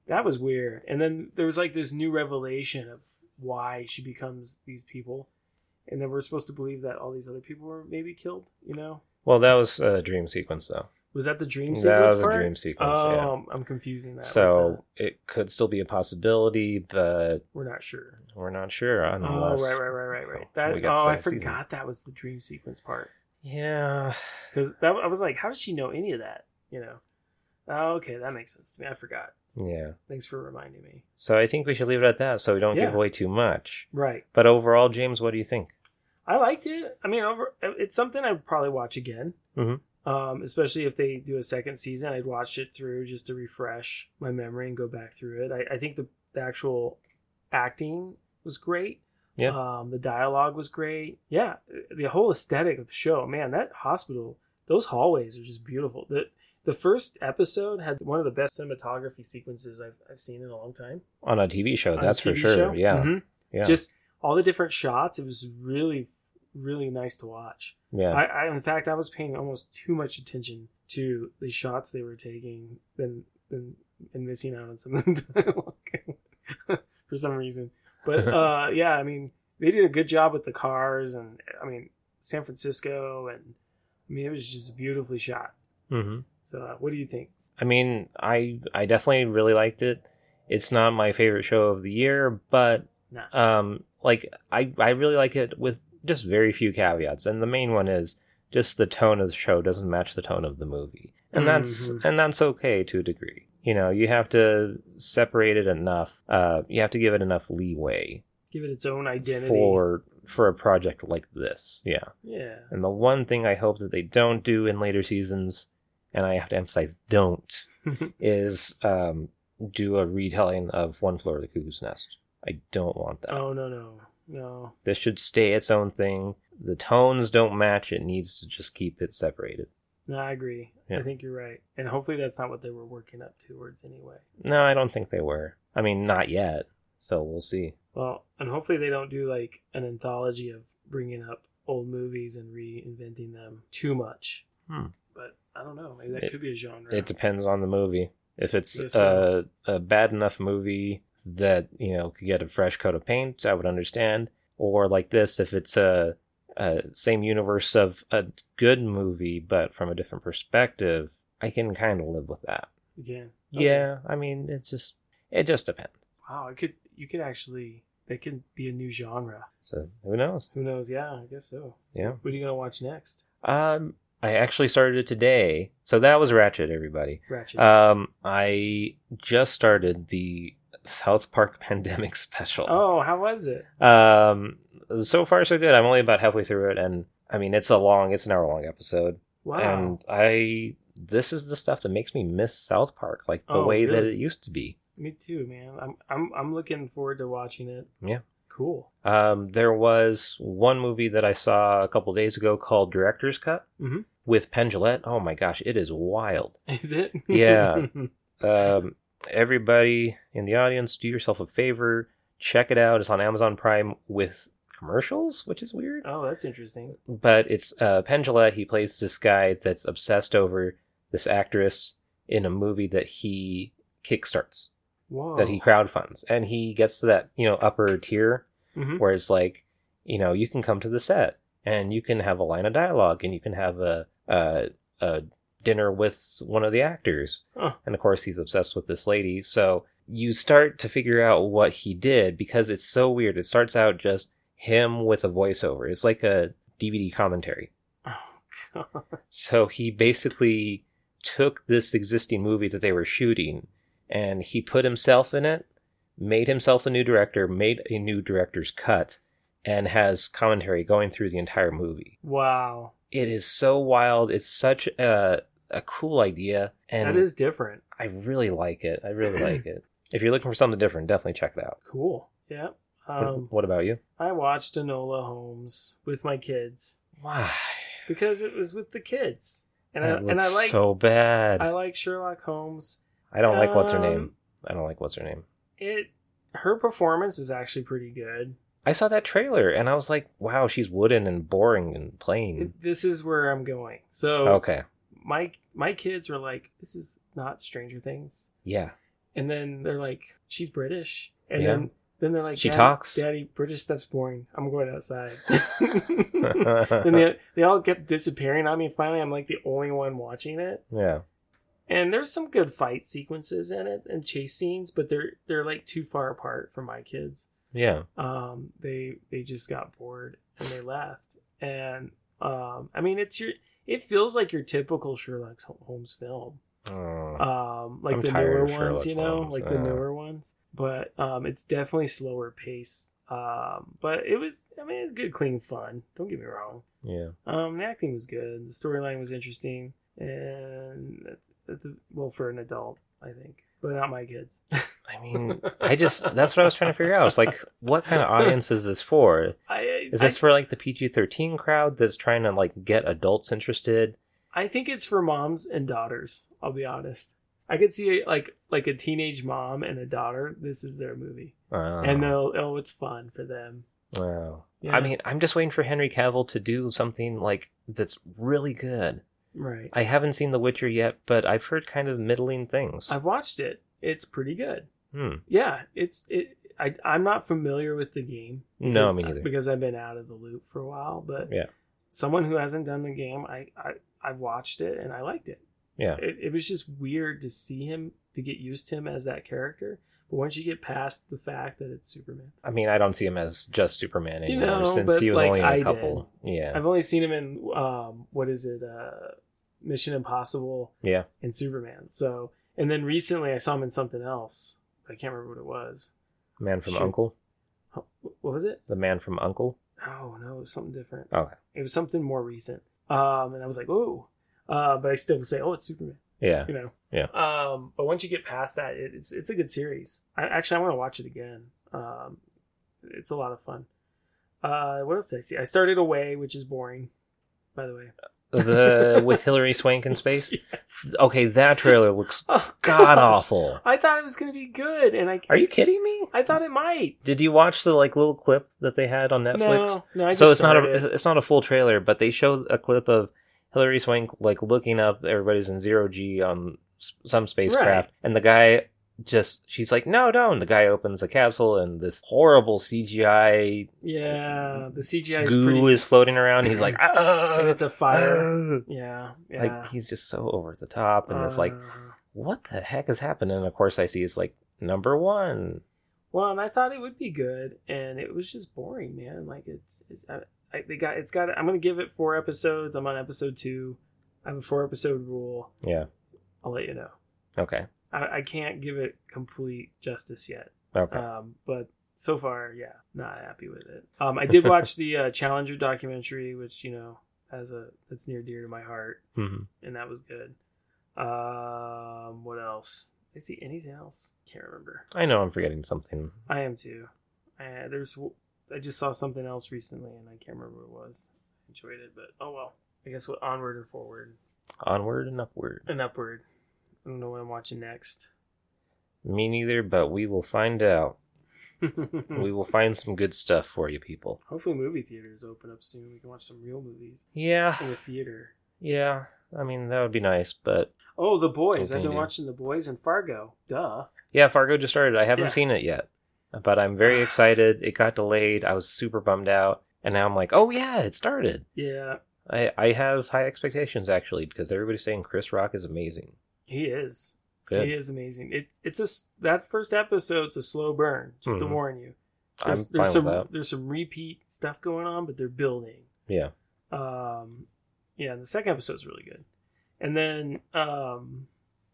[SPEAKER 2] that was weird. And then there was like this new revelation of why she becomes these people, and then we're supposed to believe that all these other people were maybe killed. You know,
[SPEAKER 1] well that was a dream sequence though
[SPEAKER 2] was that the dream
[SPEAKER 1] That
[SPEAKER 2] sequence
[SPEAKER 1] was a
[SPEAKER 2] part?
[SPEAKER 1] dream sequence,
[SPEAKER 2] Oh,
[SPEAKER 1] yeah.
[SPEAKER 2] I'm- I'm confusing that. with
[SPEAKER 1] so
[SPEAKER 2] that.
[SPEAKER 1] it could still be a possibility but
[SPEAKER 2] we're not sure.
[SPEAKER 1] we're not sure unless
[SPEAKER 2] Oh, right, right, right, right, right.
[SPEAKER 1] We
[SPEAKER 2] That.
[SPEAKER 1] got
[SPEAKER 2] Oh, I
[SPEAKER 1] second season.
[SPEAKER 2] forgot that was the dream sequence part
[SPEAKER 1] yeah
[SPEAKER 2] because that I was like, how does she know any of that? You know. Oh, okay, that makes sense to me. I forgot.
[SPEAKER 1] yeah
[SPEAKER 2] Thanks for reminding me.
[SPEAKER 1] so i think we should leave it at that so we don't give
[SPEAKER 2] Yeah.
[SPEAKER 1] away too much
[SPEAKER 2] Right.
[SPEAKER 1] But overall, James, what do you think?
[SPEAKER 2] I liked it. I mean, over it's something I'd probably watch again.
[SPEAKER 1] Mhm.
[SPEAKER 2] Um, especially if they do a second season, I'd watch it through just to refresh my memory and go back through it. I, I think the, the actual acting was great.
[SPEAKER 1] Yeah.
[SPEAKER 2] Um, the dialogue was great. Yeah, the whole aesthetic of the show, man, that hospital, those hallways are just beautiful. The the first episode had one of the best cinematography sequences I've, I've seen in a long time.
[SPEAKER 1] On a TV show,
[SPEAKER 2] on a
[SPEAKER 1] that's for
[SPEAKER 2] TV
[SPEAKER 1] sure.
[SPEAKER 2] show.
[SPEAKER 1] Yeah,
[SPEAKER 2] Mhm.
[SPEAKER 1] yeah,
[SPEAKER 2] Just all the different shots. It was really, really nice to watch.
[SPEAKER 1] yeah,
[SPEAKER 2] Mm-hmm. I, I in fact I was paying almost too much attention to the shots they were taking than than and missing out on some of the dialogue for some reason. But uh yeah, I mean they did a good job with the cars and I mean San Francisco and I mean it was just beautifully shot.
[SPEAKER 1] hmm
[SPEAKER 2] So uh, what do you think?
[SPEAKER 1] I mean, I I definitely really liked it. It's not my favorite show of the year, but
[SPEAKER 2] Nah.
[SPEAKER 1] um, like I I really like it with just very few caveats, and the main one is just the tone of the show doesn't match the tone of the movie, and that's
[SPEAKER 2] Mhm.
[SPEAKER 1] and that's okay to a degree. You know, you have to separate it enough. Uh, you have to give it enough leeway
[SPEAKER 2] Give it its own identity.
[SPEAKER 1] for for a project like this. Yeah.
[SPEAKER 2] yeah.
[SPEAKER 1] And the one thing I hope that they don't do in later seasons, and I have to emphasize don't, is um, do a retelling of One Floor of the Cuckoo's Nest. I don't want that.
[SPEAKER 2] Oh no no. No.
[SPEAKER 1] This should stay its own thing. The tones don't match. It needs to just keep it separated.
[SPEAKER 2] No, I agree.
[SPEAKER 1] Yeah.
[SPEAKER 2] I think you're right. And hopefully that's not what they were working up towards anyway.
[SPEAKER 1] No, I don't think they were. I mean, not yet. So we'll see.
[SPEAKER 2] Well, and hopefully they don't do like an anthology of bringing up old movies and reinventing them too much.
[SPEAKER 1] Hmm.
[SPEAKER 2] But I don't know. Maybe that
[SPEAKER 1] It-
[SPEAKER 2] could be a genre.
[SPEAKER 1] It depends on the movie. If it's
[SPEAKER 2] Yes,
[SPEAKER 1] uh
[SPEAKER 2] sir.
[SPEAKER 1] a bad enough movie that you know could get a fresh coat of paint, I would understand. Or like this, if it's a, a same universe of a good movie but from a different perspective, I can kind of live with that.
[SPEAKER 2] Again.
[SPEAKER 1] Yeah, I mean, it's just it just depends.
[SPEAKER 2] Wow. It could. You could actually. It could be a new genre.
[SPEAKER 1] So who knows?
[SPEAKER 2] Who knows? Yeah, I guess so.
[SPEAKER 1] Yeah.
[SPEAKER 2] What are you gonna watch next?
[SPEAKER 1] Um, I actually started it today, so that was Ratchet, everybody.
[SPEAKER 2] Ratchet.
[SPEAKER 1] Um, I just started the South Park Pandemic Special.
[SPEAKER 2] oh, how was it?
[SPEAKER 1] Um, so far so good. I'm only about halfway through it, and I mean it's a long, it's an hour long episode,
[SPEAKER 2] Wow.
[SPEAKER 1] and I this is the stuff that makes me miss South Park, like the
[SPEAKER 2] Oh,
[SPEAKER 1] way that
[SPEAKER 2] really?
[SPEAKER 1] it used to be.
[SPEAKER 2] Me too, man. I'm I'm I'm looking forward to watching it.
[SPEAKER 1] Yeah.
[SPEAKER 2] Cool.
[SPEAKER 1] Um, there was one movie that I saw a couple days ago called Director's Cut
[SPEAKER 2] Mhm.
[SPEAKER 1] with Penn Jillette. Oh my gosh, it is wild.
[SPEAKER 2] Is it?
[SPEAKER 1] Yeah. Um, everybody in the audience, do yourself a favor, check it out. It's on Amazon Prime with commercials, which is weird.
[SPEAKER 2] oh, that's interesting.
[SPEAKER 1] but it's uh, Pendula. He plays this guy that's obsessed over this actress in a movie that he kickstarts,
[SPEAKER 2] Whoa.
[SPEAKER 1] that he crowdfunds, and he gets to that you know upper tier
[SPEAKER 2] Mhm.
[SPEAKER 1] where it's like, you know, you can come to the set and you can have a line of dialogue and you can have a a, a dinner with one of the actors,
[SPEAKER 2] Huh.
[SPEAKER 1] and of course he's obsessed with this lady, so you start to figure out what he did because it's so weird. It starts out just him with a voiceover. It's like a DVD commentary.
[SPEAKER 2] Oh god.
[SPEAKER 1] So he basically took this existing movie that they were shooting and he put himself in it, made himself the new director, made a new director's cut, and has commentary going through the entire movie.
[SPEAKER 2] Wow.
[SPEAKER 1] It is so wild. It's such a, a cool idea. And
[SPEAKER 2] that is different.
[SPEAKER 1] I really like it. I really like it. If you're looking for something different, definitely check it out.
[SPEAKER 2] Cool. Yeah.
[SPEAKER 1] What-
[SPEAKER 2] Um,
[SPEAKER 1] what about you?
[SPEAKER 2] I watched Enola Holmes with my kids
[SPEAKER 1] Why?
[SPEAKER 2] because it was with the kids, and I
[SPEAKER 1] That
[SPEAKER 2] and I
[SPEAKER 1] looks
[SPEAKER 2] like
[SPEAKER 1] so bad.
[SPEAKER 2] I
[SPEAKER 1] I,
[SPEAKER 2] like Sherlock Holmes.
[SPEAKER 1] don't like what's her
[SPEAKER 2] Um,
[SPEAKER 1] name. I don't like what's her name.
[SPEAKER 2] It her performance is actually pretty good.
[SPEAKER 1] I saw that trailer and I was like, wow, she's wooden and boring and plain.
[SPEAKER 2] It- this is where I'm going. So
[SPEAKER 1] Hmm. Okay.
[SPEAKER 2] my my kids were like, "This is not Stranger Things,"
[SPEAKER 1] Yeah.
[SPEAKER 2] and then they're like, "She's British," and
[SPEAKER 1] Yeah.
[SPEAKER 2] then then they're like,
[SPEAKER 1] She
[SPEAKER 2] "Daddy-
[SPEAKER 1] talks."
[SPEAKER 2] Daddy, British stuff's boring. I'm going outside." and they, they all kept disappearing on me. Finally, I'm like the only one watching it.
[SPEAKER 1] yeah.
[SPEAKER 2] And there's some good fight sequences in it and chase scenes, but they're they're like too far apart for my kids.
[SPEAKER 1] Yeah.
[SPEAKER 2] Um, they they just got bored and they left. And um, I mean, it's your it feels like your typical Sherlock Holmes film,
[SPEAKER 1] Oh.
[SPEAKER 2] um, like
[SPEAKER 1] I'm
[SPEAKER 2] the
[SPEAKER 1] tired
[SPEAKER 2] newer
[SPEAKER 1] of Sherlock
[SPEAKER 2] ones, you know,
[SPEAKER 1] Holmes,
[SPEAKER 2] like
[SPEAKER 1] yeah.
[SPEAKER 2] the newer ones. But um, it's definitely slower pace. Um, but it was, I mean, it's good, clean fun. Don't get me wrong.
[SPEAKER 1] yeah.
[SPEAKER 2] Um, the acting was good. The storyline was interesting, and at the, well, for an adult, I think, but not my kids.
[SPEAKER 1] I mean, I just, that's what I was trying to figure out. It's like, what kind of audience is this for?
[SPEAKER 2] I
[SPEAKER 1] Is
[SPEAKER 2] I,
[SPEAKER 1] this for like the PG 13 crowd that's trying to like get adults interested?
[SPEAKER 2] I think it's for moms and daughters. I'll be honest. I could see like like a teenage mom and a daughter. This is their movie,
[SPEAKER 1] Oh.
[SPEAKER 2] and they'll oh, it's fun for them.
[SPEAKER 1] Wow.
[SPEAKER 2] Yeah.
[SPEAKER 1] I mean, I'm just waiting for Henry Cavill to do something like that's really good.
[SPEAKER 2] Right.
[SPEAKER 1] I haven't seen The Witcher yet, but I've heard kind of middling things.
[SPEAKER 2] I've watched it. It's pretty good.
[SPEAKER 1] hmm.
[SPEAKER 2] Yeah, it's it. I I'm not familiar with the game.
[SPEAKER 1] No,
[SPEAKER 2] because-
[SPEAKER 1] me neither.
[SPEAKER 2] Because I've been out of the loop for a while. But
[SPEAKER 1] Yeah.
[SPEAKER 2] someone who hasn't done the game, I I I watched it and I liked it.
[SPEAKER 1] Yeah.
[SPEAKER 2] It, it was just weird to see him to get used to him as that character. But once you get past the fact that it's Superman,
[SPEAKER 1] I mean, I don't see him as just Superman
[SPEAKER 2] You
[SPEAKER 1] anymore
[SPEAKER 2] know,
[SPEAKER 1] since
[SPEAKER 2] but
[SPEAKER 1] he was
[SPEAKER 2] like
[SPEAKER 1] only in a
[SPEAKER 2] I did.
[SPEAKER 1] couple. Yeah,
[SPEAKER 2] I've only seen him in um what is it uh Mission Impossible
[SPEAKER 1] yeah.
[SPEAKER 2] and Superman. So and then recently I saw him in something else. I can't remember what it was.
[SPEAKER 1] Man from
[SPEAKER 2] Shoot.
[SPEAKER 1] Uncle,
[SPEAKER 2] Huh, What was it?
[SPEAKER 1] the man from Uncle.
[SPEAKER 2] Oh no, it was something different.
[SPEAKER 1] Okay,
[SPEAKER 2] It was something more recent. Um, and I was like, oh, uh, but I still would say, oh, it's Superman,
[SPEAKER 1] yeah.
[SPEAKER 2] you know?
[SPEAKER 1] Yeah.
[SPEAKER 2] Um, but once you get past that, it, it's, it's a good series. I actually, I want to watch it again. Um, it's a lot of fun. Uh, what else did I see? I started Away, which is boring, by the way.
[SPEAKER 1] The with Hillary Swank in space.
[SPEAKER 2] Yes.
[SPEAKER 1] Okay, that trailer looks
[SPEAKER 2] Oh,
[SPEAKER 1] god
[SPEAKER 2] gosh.
[SPEAKER 1] awful.
[SPEAKER 2] I thought it was going to be good, and I
[SPEAKER 1] Are you kidding me?
[SPEAKER 2] I thought it might.
[SPEAKER 1] Did you watch the like little clip that they had on Netflix?
[SPEAKER 2] No, no. I just
[SPEAKER 1] so it's not
[SPEAKER 2] started.
[SPEAKER 1] a it's not a full trailer, but they showed a clip of Hillary Swank like looking up. Everybody's in zero g on s- some spacecraft, and the guy just she's like, "No, don't." The guy opens the capsule, and this horrible CGI
[SPEAKER 2] yeah. The CGI is
[SPEAKER 1] goo
[SPEAKER 2] pretty.
[SPEAKER 1] is floating around. He's like,
[SPEAKER 2] and
[SPEAKER 1] "Ah,
[SPEAKER 2] it's a fire.
[SPEAKER 1] ah."
[SPEAKER 2] Yeah, yeah.
[SPEAKER 1] Like he's just so over the top, and it's like,
[SPEAKER 2] Uh,
[SPEAKER 1] what the heck is happening? And of course, I see it's like number one.
[SPEAKER 2] well, and I thought it would be good, and it was just boring, man. Like it's, it's I, I, they got it's got. I'm gonna give it four episodes. I'm on episode two. I have a four episode rule.
[SPEAKER 1] Yeah.
[SPEAKER 2] I'll let you know.
[SPEAKER 1] Okay.
[SPEAKER 2] I, I can't give it complete justice yet.
[SPEAKER 1] Okay.
[SPEAKER 2] Um, but so far, yeah, not happy with it. Um, I did watch the uh, Challenger documentary, which you know has a that's near dear to my heart,
[SPEAKER 1] hmm
[SPEAKER 2] and that was good. Um, what else? Did I see anything else? Can't remember.
[SPEAKER 1] I know I'm forgetting something.
[SPEAKER 2] I am too. Uh, there's I just saw something else recently, and I can't remember what it was. Enjoyed it, but oh well. I guess what onward and forward
[SPEAKER 1] Onward and upward.
[SPEAKER 2] and upward. I don't know what I'm watching next.
[SPEAKER 1] Me neither, but we will find out.
[SPEAKER 2] Hmm.
[SPEAKER 1] we will find some good stuff for you people.
[SPEAKER 2] Hopefully, movie theaters open up soon. We can watch some real movies in
[SPEAKER 1] Yeah.
[SPEAKER 2] the theater.
[SPEAKER 1] Yeah. I mean, that would be nice, but
[SPEAKER 2] Oh, The Boys.
[SPEAKER 1] Anything
[SPEAKER 2] I've been
[SPEAKER 1] new?
[SPEAKER 2] watching The Boys and Fargo. Duh.
[SPEAKER 1] yeah, Fargo just started. I haven't
[SPEAKER 2] Yeah.
[SPEAKER 1] seen it yet, but I'm very excited. It got delayed. I was super bummed out, and now I'm like, "Oh yeah, it started."
[SPEAKER 2] Yeah,
[SPEAKER 1] I I have high expectations actually because everybody's saying Chris Rock is amazing.
[SPEAKER 2] he is.
[SPEAKER 1] Good.
[SPEAKER 2] He is amazing. It it's a s- that first episode's a slow burn. Just to
[SPEAKER 1] Mhm.
[SPEAKER 2] warn you.
[SPEAKER 1] I'm
[SPEAKER 2] There's,
[SPEAKER 1] fine
[SPEAKER 2] there's some
[SPEAKER 1] with that.
[SPEAKER 2] there's some repeat stuff going on, but they're building.
[SPEAKER 1] Yeah.
[SPEAKER 2] Um, yeah, the second episode's really good, and then um,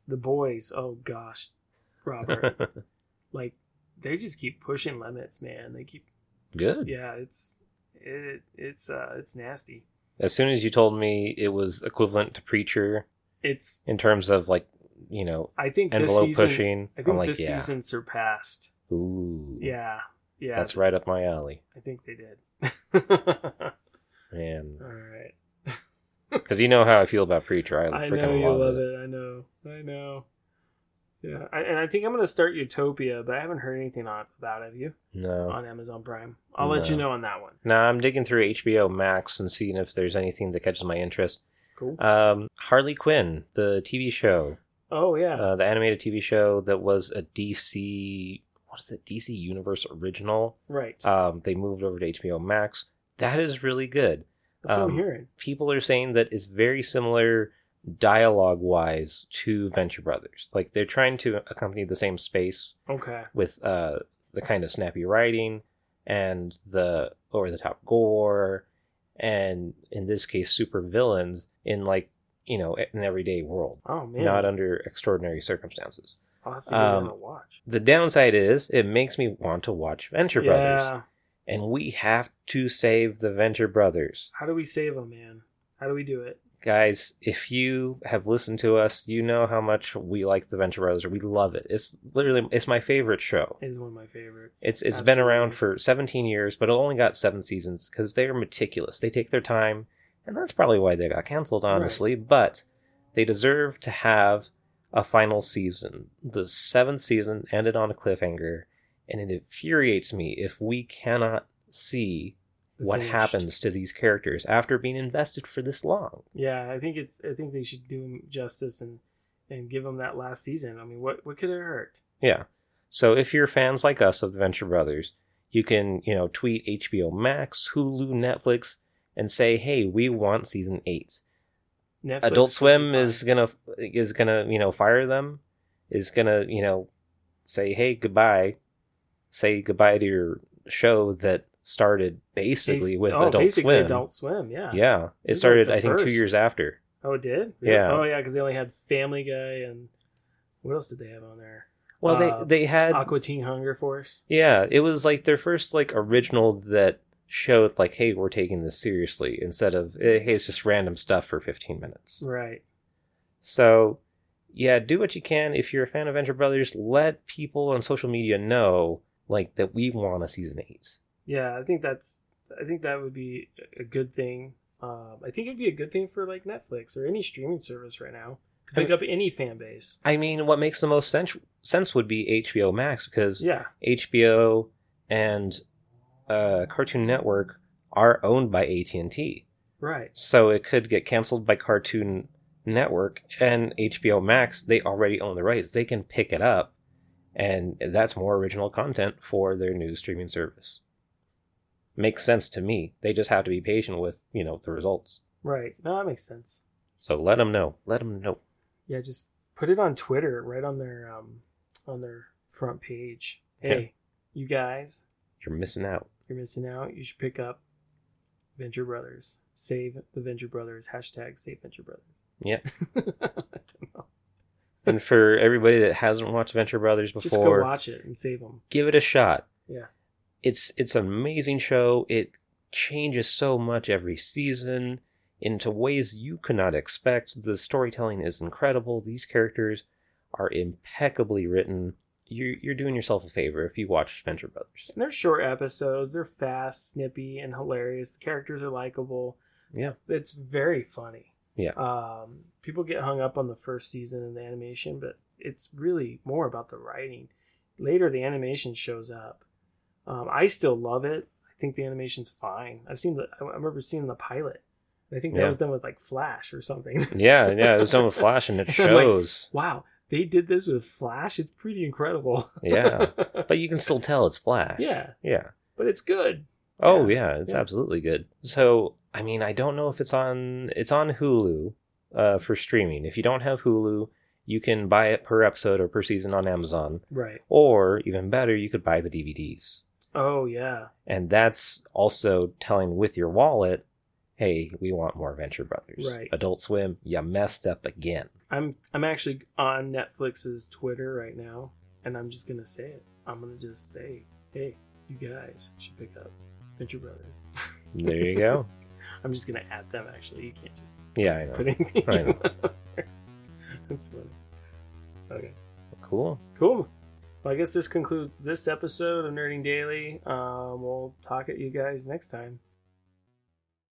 [SPEAKER 2] The Boys. Oh gosh, Robert, like they just keep pushing limits, man. They keep
[SPEAKER 1] good.
[SPEAKER 2] yeah, it's it it's uh it's nasty.
[SPEAKER 1] As soon as you told me it was equivalent to Preacher
[SPEAKER 2] It's
[SPEAKER 1] in terms of like, you know,
[SPEAKER 2] I think this
[SPEAKER 1] envelope
[SPEAKER 2] season.
[SPEAKER 1] pushing,
[SPEAKER 2] I think
[SPEAKER 1] I'm like,
[SPEAKER 2] this
[SPEAKER 1] yeah.
[SPEAKER 2] season surpassed.
[SPEAKER 1] Ooh.
[SPEAKER 2] Yeah, yeah.
[SPEAKER 1] That's right up my alley.
[SPEAKER 2] I think they did. All
[SPEAKER 1] Man.
[SPEAKER 2] right.
[SPEAKER 1] Because you know how I feel about Preacher. I,
[SPEAKER 2] I
[SPEAKER 1] freaking
[SPEAKER 2] know you
[SPEAKER 1] love, it.
[SPEAKER 2] I know. I know. Yeah, I, and I think I'm gonna start Utopia, but I haven't heard anything on, about it. Have you
[SPEAKER 1] No.
[SPEAKER 2] on Amazon Prime? I'll let you
[SPEAKER 1] No.
[SPEAKER 2] know on that one.
[SPEAKER 1] Now I'm digging through HBO Max and seeing if there's anything that catches my interest.
[SPEAKER 2] Cool.
[SPEAKER 1] Um, Harley Quinn, the TV show,
[SPEAKER 2] oh yeah.
[SPEAKER 1] uh, the animated TV show that was a DC, what is it, DC Universe original.
[SPEAKER 2] right.
[SPEAKER 1] Um, they moved over to HBO Max. That is really good.
[SPEAKER 2] That's what
[SPEAKER 1] um,
[SPEAKER 2] I'm hearing.
[SPEAKER 1] People are saying that it's very similar dialogue wise to Venture Brothers. Like they're trying to accompany the same space
[SPEAKER 2] Okay.
[SPEAKER 1] with uh, the kind of snappy writing and the over the top gore and in this case super villains in like you know an everyday world
[SPEAKER 2] Oh man.
[SPEAKER 1] not under extraordinary circumstances
[SPEAKER 2] I'll have to give that
[SPEAKER 1] um,
[SPEAKER 2] a watch.
[SPEAKER 1] the downside is it makes me want to watch venture brothers
[SPEAKER 2] Yeah.
[SPEAKER 1] and we have to save the venture brothers
[SPEAKER 2] How do we save them, man? How do we do it?
[SPEAKER 1] guys if you have listened to us you know how much we like the venture brothers we love it it's literally it's my favorite show
[SPEAKER 2] Is one of my favorites.
[SPEAKER 1] It's
[SPEAKER 2] it's
[SPEAKER 1] it's been around for 17 years, but it only got seven seasons because they're meticulous. They take their time, and that's probably why they got canceled, honestly. But they deserve to have a final season. The seventh season ended on a cliffhanger, and it infuriates me if we cannot see what happens to these characters after being invested for this long.
[SPEAKER 2] Yeah, I think it's. I think they should do him justice and and give him that last season. I mean, what what could it hurt?
[SPEAKER 1] Yeah. So if you're fans like us of the Venture Brothers, you can, you know, tweet HBO Max, Hulu, Netflix, and say, "Hey, we want season eight.
[SPEAKER 2] Netflix
[SPEAKER 1] Adult
[SPEAKER 2] should
[SPEAKER 1] Swim
[SPEAKER 2] be
[SPEAKER 1] is
[SPEAKER 2] fine.
[SPEAKER 1] gonna is gonna, you know, fire them, is gonna, you know, say, "Hey, goodbye, say goodbye to your show that started basically
[SPEAKER 2] Bas-
[SPEAKER 1] with
[SPEAKER 2] oh,
[SPEAKER 1] Adult
[SPEAKER 2] basically
[SPEAKER 1] Swim."
[SPEAKER 2] Adult Swim, yeah.
[SPEAKER 1] yeah,
[SPEAKER 2] It
[SPEAKER 1] it
[SPEAKER 2] was
[SPEAKER 1] started,
[SPEAKER 2] like the
[SPEAKER 1] I think, two
[SPEAKER 2] first.
[SPEAKER 1] years after.
[SPEAKER 2] Oh, it did.
[SPEAKER 1] Yeah.
[SPEAKER 2] Oh, yeah, because they only had Family Guy and what else did they have on there?
[SPEAKER 1] Well,
[SPEAKER 2] Uh,
[SPEAKER 1] they they had
[SPEAKER 2] Aqua Teen Hunger Force.
[SPEAKER 1] Yeah, it was like their first like original that showed like, hey, we're taking this seriously instead of eh, hey, it's just random stuff for 15 minutes.
[SPEAKER 2] Right.
[SPEAKER 1] So, yeah, do what you can if you're a fan of Venture Brothers. Let people on social media know like that we want a season eight.
[SPEAKER 2] Yeah, I think that's I think that would be a good thing. Um, I think it'd be a good thing for like Netflix or any streaming service right now to
[SPEAKER 1] I
[SPEAKER 2] pick up any fan base.
[SPEAKER 1] I mean, what makes the most sense sense would be HBO Max because
[SPEAKER 2] Yeah,
[SPEAKER 1] HBO and uh, Cartoon Network are owned by AT and T,
[SPEAKER 2] right.
[SPEAKER 1] so it could get canceled by Cartoon Network and HBO Max. They already own the rights; they can pick it up, and that's more original content for their new streaming service. Makes sense to me. They just have to be patient with you know the results.
[SPEAKER 2] Right. No, that makes sense.
[SPEAKER 1] So let them know. Let them know.
[SPEAKER 2] Yeah, just put it on Twitter, right on their um on their front page. Hey, you guys,
[SPEAKER 1] You're missing out.
[SPEAKER 2] you're missing out. You should pick up Venture Brothers. Save the Venture Brothers. Hashtag save Venture Brothers.
[SPEAKER 1] Yeah.
[SPEAKER 2] I don't know.
[SPEAKER 1] And for everybody that hasn't watched Venture Brothers before,
[SPEAKER 2] Just go watch it and save them.
[SPEAKER 1] give it a shot.
[SPEAKER 2] Yeah.
[SPEAKER 1] It's it's an amazing show. It changes so much every season into ways you could not expect. The storytelling is incredible. These characters are impeccably written. You're you're doing yourself a favor if you watch Venture Brothers.
[SPEAKER 2] And they're short episodes. They're fast, snippy, and hilarious. The characters are likable.
[SPEAKER 1] Yeah.
[SPEAKER 2] It's very funny.
[SPEAKER 1] Yeah.
[SPEAKER 2] Um, people get hung up on the first season and the animation, but it's really more about the writing. Later, the animation shows up. Um, I still love it. I think the animation's fine. I've seen the. I remember seeing the pilot. I think that
[SPEAKER 1] Yeah.
[SPEAKER 2] was done with like Flash or something.
[SPEAKER 1] Yeah, yeah, it was done with Flash and it
[SPEAKER 2] I'm like-
[SPEAKER 1] shows.
[SPEAKER 2] wow, they did this with Flash. It's pretty incredible.
[SPEAKER 1] Yeah. But you can still tell it's Flash.
[SPEAKER 2] yeah,
[SPEAKER 1] Yeah.
[SPEAKER 2] but it's good.
[SPEAKER 1] Oh yeah, it's
[SPEAKER 2] yeah.
[SPEAKER 1] absolutely good. So I mean, I don't know if it's on it's on Hulu uh, for streaming. If you don't have Hulu, you can buy it per episode or per season on Amazon,
[SPEAKER 2] Right.
[SPEAKER 1] or even better, you could buy the DVDs.
[SPEAKER 2] Oh yeah.
[SPEAKER 1] And that's also telling with your wallet, hey, we want more Venture Brothers.
[SPEAKER 2] Right.
[SPEAKER 1] Adult Swim, you messed up again.
[SPEAKER 2] I'm I'm actually on Netflix's Twitter right now, and I'm just gonna say it. I'm gonna just say, hey, you guys should pick up Venture Brothers.
[SPEAKER 1] There you go.
[SPEAKER 2] I'm just gonna add them. Actually, you can't just
[SPEAKER 1] yeah, I know.
[SPEAKER 2] put anything.
[SPEAKER 1] I know.
[SPEAKER 2] That's funny. Okay,
[SPEAKER 1] Cool.
[SPEAKER 2] cool. Well, I guess this concludes this episode of Nerding Daily. Um, we'll talk at you guys next time.